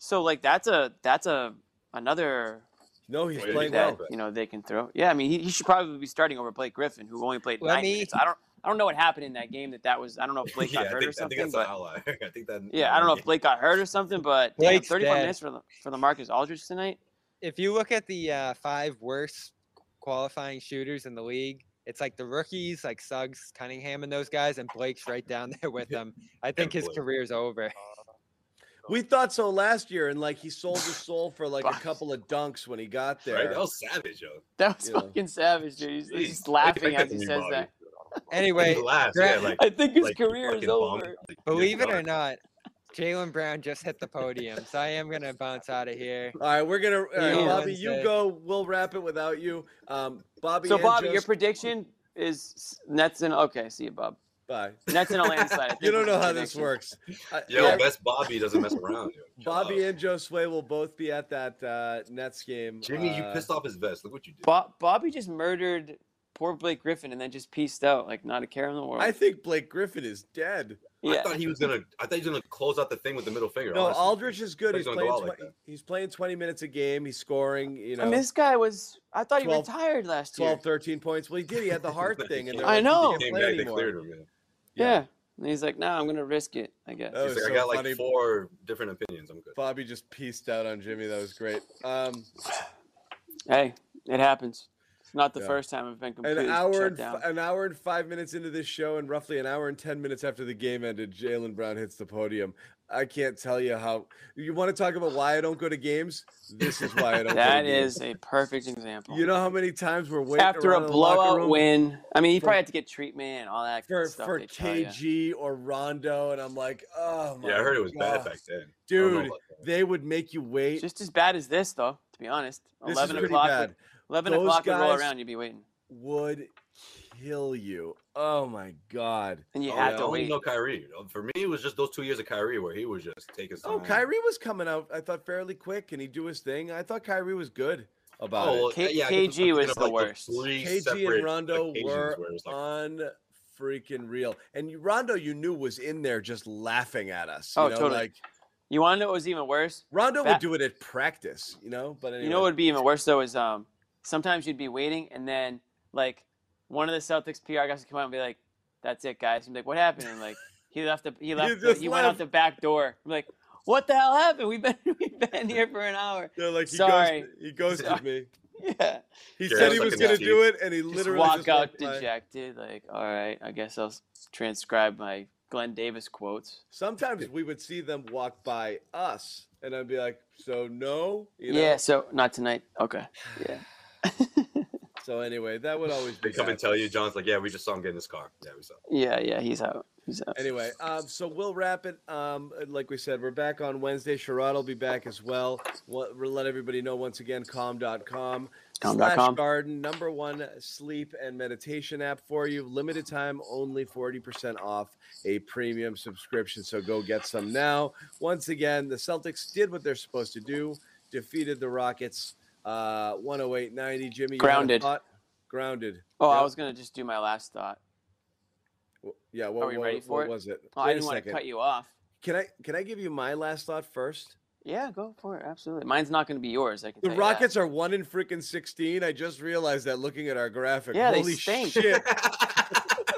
S2: So like that's a that's a another
S1: No, he's
S3: Oh, yeah,
S1: playing
S3: he's
S2: that
S1: well.
S3: out. well.
S2: you know they can throw. Yeah, I mean he, he should probably be starting over Blake Griffin, who only played
S4: Let
S2: nine
S4: me-
S2: minutes. I don't I don't know what happened in that game. That that was I don't know if Blake
S3: yeah,
S2: got
S3: I
S2: hurt
S3: think,
S2: or
S3: I
S2: something.
S3: think that's
S2: but
S3: an outlier. I think that,
S2: yeah, I don't know if Blake got hurt or something. But damn,
S4: Blake's
S2: 34
S4: dead.
S2: minutes for the, for Lamarcus Aldridge tonight.
S4: if you look at the uh, five worst qualifying shooters in the league, it's like the rookies, like Suggs, Cunningham, and those guys, and Blake's right down there with them. I think his
S3: Blake.
S4: career's over.
S1: We thought so last year, and like he sold his soul for like a couple of dunks when he got there.
S3: Right? That was savage, yo.
S2: That was
S1: Yeah.
S2: fucking savage, dude. He's, he's
S3: Jeez,
S2: just
S3: I
S2: laughing
S3: think
S2: as
S3: that's
S2: he
S3: me,
S2: says
S3: Bobby.
S2: that.
S4: Anyway,
S3: He laughs,
S4: Gra-
S3: yeah, like,
S2: I think his
S3: like, you
S2: career is
S3: fucking bum.
S2: over.
S3: Like,
S4: believe it
S3: you're
S4: or
S3: done.
S4: not, Jalen Brown just hit the podium, so I am gonna bounce out of here.
S1: All right, we're gonna all right,
S4: Yeah.
S1: Bobby. You
S4: Wednesday.
S1: go. We'll wrap it without you. Um, Bobby.
S2: So,
S1: and
S2: Bobby, your
S1: Joseph-
S2: prediction is Nets and okay. See you, Bob.
S1: Bye.
S2: Nets in a landslide. I
S1: You
S2: think
S1: don't
S2: is
S1: know
S2: the
S1: how this
S2: prediction.
S1: works. I-
S3: Yo,
S1: I-
S3: best Bobby doesn't mess around. Yo. Shut
S1: Bobby
S3: up.
S1: and Joe Sway will both be at that uh, Nets game.
S3: Jimmy, you
S1: uh,
S3: pissed off his vest. Look what you did.
S2: Bo- Bobby just murdered poor Blake Griffin and then just pieced out, like not a care in the world.
S1: I think Blake Griffin is dead.
S3: I
S2: yeah,
S3: thought he was gonna. I thought he was gonna close out the thing with the middle finger.
S1: No,
S3: honestly.
S1: Aldrich is good.
S3: Things
S1: He's
S3: don't
S1: playing.
S3: go out like
S1: 20
S3: that.
S1: he's playing 20 minutes a game. He's scoring. You know,
S2: I mean, this guy was. I thought he
S1: 12
S2: retired last
S1: 12,
S2: year.
S1: 13 points. Well, he did. He had the heart thing, and they're
S2: I
S1: like,
S2: know.
S1: He
S3: Came
S1: can't play
S3: back, they
S1: anymore.
S3: cleared him. Yeah.
S2: Yeah. and he's like, "Nah, I'm gonna risk it." I guess.
S1: Oh,
S3: He's like,
S1: so
S3: I got
S1: funny.
S3: like four different opinions. I'm good.
S1: Bobby just pieced out on Jimmy. That was great. Um,
S2: Hey, it happens. It's not the
S1: Yeah.
S2: first time I've been
S1: an
S2: completely
S1: hour
S2: shut
S1: and
S2: down.
S1: f- an hour and five minutes into this show, and roughly an hour and ten minutes after the game ended, Jalen Brown hits the podium. I can't tell you how. You want to talk about why I don't go to games? This is why I don't.
S2: That
S1: go to games.
S2: is a perfect example.
S1: You know how many times we're waiting
S2: after
S1: around
S2: a
S1: in the locker
S2: blowout
S1: room
S2: win, I mean, he
S1: For-
S2: probably had to get treatment and all that
S1: for
S2: stuff.
S1: for
S2: they tell ya.
S1: KG or Rondo, and I'm like, oh my.
S3: Yeah, I heard it was bad
S1: God.
S3: back then. I don't know
S1: dude.
S3: about that.
S1: They would make you wait.
S2: It's just as bad as this, though. To be honest,
S1: this
S2: eleven
S1: is pretty
S2: o'clock.
S1: bad.
S2: Would, eleven
S1: Those
S2: o'clock would roll
S1: guys-
S2: around, you'd be waiting,
S1: Would kill you. Oh my god.
S2: and you
S3: Oh,
S2: had
S3: yeah, I
S2: to
S3: only
S2: wait.
S3: know Kyrie. For me, it was just those two years of Kyrie where he was just taking. Some
S1: Oh, Kyrie was coming out. I thought fairly quick, and he do his thing. I thought Kyrie was good about
S3: Oh, well,
S1: it.
S2: K-
S3: yeah, I guess I'm
S2: KG
S3: thinking
S2: was
S3: of,
S2: the
S3: like,
S2: worst.
S3: three
S1: KG
S3: separate
S1: and Rondo
S3: occasions
S1: were
S3: where it was like,
S1: on freaking real, and you- Rondo, you knew was in there just laughing at us. You
S2: Oh,
S1: know,
S2: totally.
S1: Like
S2: You want to know what was even worse?
S1: Rondo
S2: That-
S1: would do it at practice, you know. But anyway,
S2: You know what would be even worse though is um sometimes you'd be waiting and then like one of the Celtics PR guys would come out and be like, "That's it, guys." I'm like, "What happened?" And like he left the he left the,
S1: just
S2: he went out
S1: left.
S2: the back door. I'm like, "What the hell happened? We've been we've been here for an hour."
S1: They're like, he
S2: Sorry.
S1: ghosted, he ghosted
S2: Sorry.
S1: me. He
S2: Yeah,
S3: Yeah,
S1: said
S3: it's
S1: he
S3: like
S1: was
S3: a
S1: gonna
S3: cheat.
S1: do it, and he
S2: just
S1: literally
S2: walk
S1: just
S2: out
S1: walked by.
S2: dejected. Like, all right, I guess I'll s- transcribe my Glenn Davis quotes.
S1: Sometimes we would see them walk by us, and I'd be like, "So no, you know?
S2: Yeah, so not tonight. Okay. Yeah.
S1: So anyway, that would always
S3: They
S1: be.
S3: come
S1: bad.
S3: and tell you, John's like, yeah, we just saw him get in his car. Yeah, we saw. him."
S2: Yeah, yeah, he's out. He's out.
S1: Anyway, um, so we'll wrap it. Um, like we said, we're back on Wednesday. Sherrod will be back as well. We'll, we'll let everybody know once again, calm.com. Slash
S2: Calm.com.
S1: garden, number one sleep and meditation app for you. Limited time, only 40% off a premium subscription. So go get some now. Once again, the Celtics did what they're supposed to do, defeated the Rockets uh, 108 90. Jimmy, you had a
S2: Grounded.
S1: thought? Grounded.
S2: Oh, I
S1: Yep.
S2: was gonna just do my last thought.
S1: W- Yeah, what,
S2: we
S1: what-
S2: ready for
S1: what
S2: it?
S1: was it?
S2: Oh,
S1: Wait
S2: I
S1: a
S2: didn't want to
S1: second.
S2: cut you off.
S1: Can I can I give you my last thought first?
S2: Yeah, go for it. Absolutely. Mine's not gonna be yours. I can.
S1: The
S2: tell you that.
S1: Rockets are one in freaking sixteen. I just realized that looking at our graphic.
S2: Yeah, they
S1: Holy
S2: stink.
S1: shit!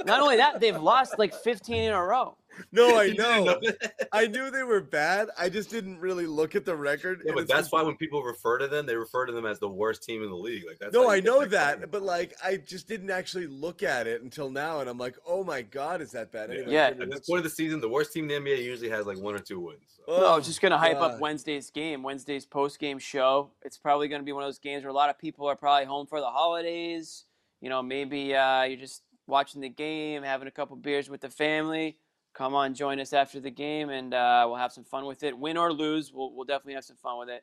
S2: Not only that, they've lost like 15 in a row.
S1: No, I
S3: You
S1: know.
S3: didn't that?
S1: I knew they were bad. I just didn't really look at the record.
S3: Yeah,
S1: and
S3: but
S1: it's-
S3: that's why when people refer to them, they refer to them as the worst team in the league. Like that's.
S1: No,
S3: how you
S1: I
S3: get
S1: know
S3: kind
S1: that,
S3: of-
S1: but like, I just didn't actually look at it until now, and I'm like, oh my god, is that bad?
S3: Yeah.
S1: Anyway,
S2: Yeah.
S1: Jimmy,
S3: At this
S1: what's-
S3: point of the season, the worst team in the NBA usually has like one or two wins. So.
S2: No, I
S1: Oh,
S2: was just gonna hype up
S1: God.
S2: Wednesday's game, Wednesday's post-game show. It's probably gonna be one of those games where a lot of people are probably home for the holidays. You know, maybe uh, you're just watching the game, having a couple beers with the family. Come on, join us after the game, and uh, we'll have some fun with it. Win or lose, we'll, we'll definitely have some fun with it.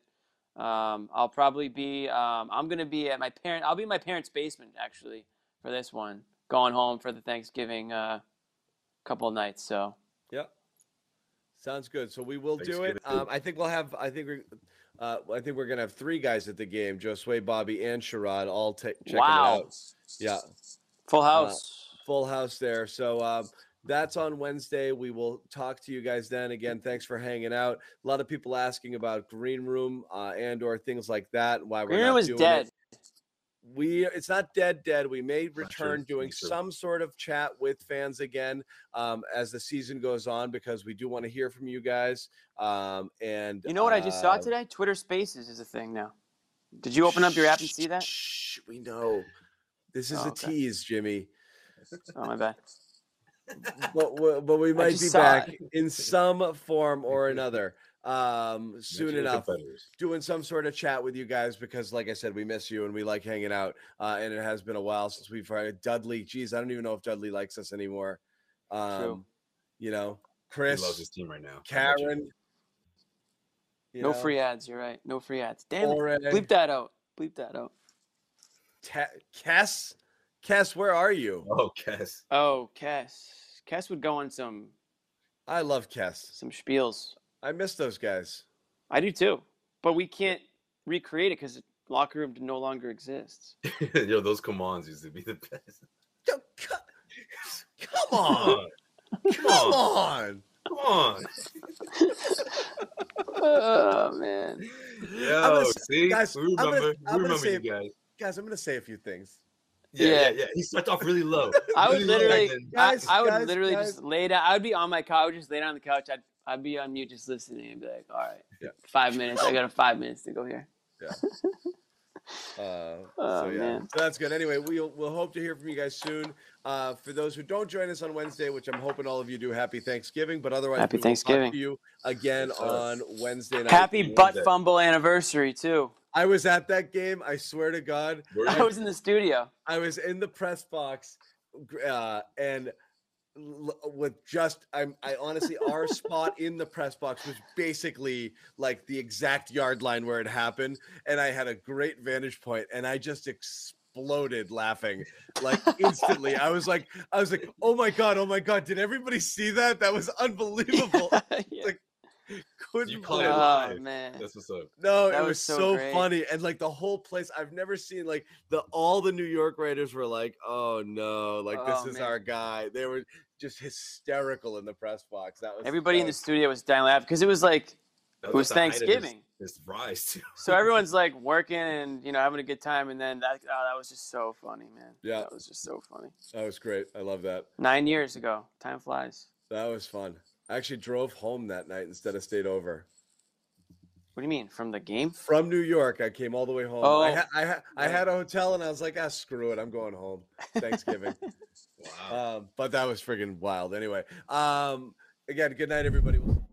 S2: Um, I'll probably be. Um, I'm gonna be at my parent. I'll be in my parents' basement actually for this one. Going home for the Thanksgiving uh, couple nights. So
S1: Sounds good. So we will do it.
S3: Thanksgiving.
S1: Um, I think we'll have. I think we're. Uh, I think we're gonna have three guys at the game: Josue, Bobby, and Sherrod, all ta- checking
S2: wow,
S1: it out. Yeah,
S2: full house.
S1: full house there. So um, that's on Wednesday. We will talk to you guys then. Again, thanks for hanging out. A lot of people asking about green room uh, and or things like that. Why we're
S2: Green
S1: not
S2: was
S1: doing
S2: dead.
S1: It. We it's not dead, dead. We may
S3: sure.
S1: return doing
S3: Not sure.
S1: some sort of chat with fans again um, as the season goes on because we do want to hear from you guys. Um, and
S2: You know what I just saw
S1: uh,
S2: today? Twitter Spaces is a thing now. Did you open up your app and see that?
S1: Shh, we know. This is
S2: Oh,
S1: a
S2: okay.
S1: tease, Jimmy.
S2: Oh my bad.
S1: but, we- but we might
S2: just
S1: be
S2: saw
S1: back in some form or another. um, soon
S3: Mention the
S1: enough.
S3: Confederates.
S1: Doing some sort of chat with you guys because, like I said, we miss you and we like hanging out. Uh, and it has been a while since we've heard Dudley. Geez, I don't even know if Dudley likes us anymore. Um, You know,
S3: He
S1: Chris,
S3: loves his team right now. How about you?
S1: Karen. you
S2: no
S1: know,
S2: free ads. You're right. No free ads. Damn
S1: Oren.
S2: it. Bleep that out. Bleep that out.
S1: Ta- Cass, Cass, where are you?
S3: Oh, Cass.
S2: Oh, Kess. Kess would go on some
S1: I love Cass.
S2: some spiels.
S1: I miss those guys.
S2: I do too, but we can't recreate it because the locker room no longer exists.
S3: Yo, those commands used to be the best.
S1: Yo, co- Come on, come on.
S3: Come on.
S2: oh man.
S3: Yo,
S1: gonna say-
S3: see?
S1: guys,
S3: we
S1: I'm gonna-
S3: remember,
S1: I'm gonna
S3: we remember
S1: say-
S3: you guys.
S1: Guys, I'm gonna say a few things.
S3: Yeah,
S2: Yeah.
S3: yeah, yeah. He starts off really low.
S2: I would
S3: Really low, and
S2: literally,
S3: then-
S2: I-
S1: Guys,
S2: I, would
S1: guys,
S2: literally
S1: guys.
S2: just lay down. I would be on my couch, just lay down on the couch. I'd, I'd be on mute, just listening, and be like, "All right,
S1: Yeah.
S2: five minutes. I got a five minutes to go here."
S1: Uh, so
S2: Oh,
S1: yeah,
S2: man.
S1: so that's good. Anyway, we'll we'll hope to hear from you guys soon. Uh, for those who don't join us on Wednesday, which I'm hoping all of you do, happy Thanksgiving. But otherwise, we
S2: Happy
S1: will talk
S2: Thanksgiving.
S1: to you again
S3: Yes, sir.
S1: on Wednesday night.
S2: Happy
S3: love
S2: butt
S3: that.
S2: fumble anniversary too.
S1: I was at that game. I swear to God,
S3: Word
S2: I
S3: up.
S2: was in the studio.
S1: I was in the press box, gr- uh, and l- with just I'm I honestly our spot in the press box was basically like the exact yard line where it happened, and I had a great vantage point, and I just exploded laughing like instantly. I was like, I was like, oh my god, oh my god, did everybody see that? That was unbelievable.
S2: Yeah.
S1: like, Couldn't
S3: You caught
S1: believe
S3: it
S1: it.
S2: Oh
S3: live.
S2: man.
S3: That's what's up.
S1: No,
S2: That
S1: it
S2: was
S1: was,
S2: so
S1: so,
S2: great.
S1: funny. And like the whole place, I've never seen like the all the New York Raiders were like, oh no, like
S2: Oh,
S1: this is
S2: man.
S1: our guy. They were just hysterical in the press box. That was
S2: Everybody
S1: that
S2: in the
S1: was-
S2: studio was dying laughing because it was like
S3: That
S2: it was
S3: the height of his-
S2: Thanksgiving.
S3: His rise too.
S2: So everyone's like working and you know having a good time, and then that oh, that was just so funny, man.
S1: Yeah.
S2: that was just so funny.
S1: that was great. I love that.
S2: Nine years ago, time flies.
S1: That was fun. I actually drove home that night instead of stayed over.
S2: What do you mean from the game?
S1: From New York, I came all the way home. I,
S2: Oh,
S1: ha- I, ha- I
S2: right.
S1: had a hotel and I was like, ah, screw it. I'm going home. Thanksgiving.
S3: Wow.
S1: um, but that was friggin' wild. Anyway, um, again, good night, everybody. We'll-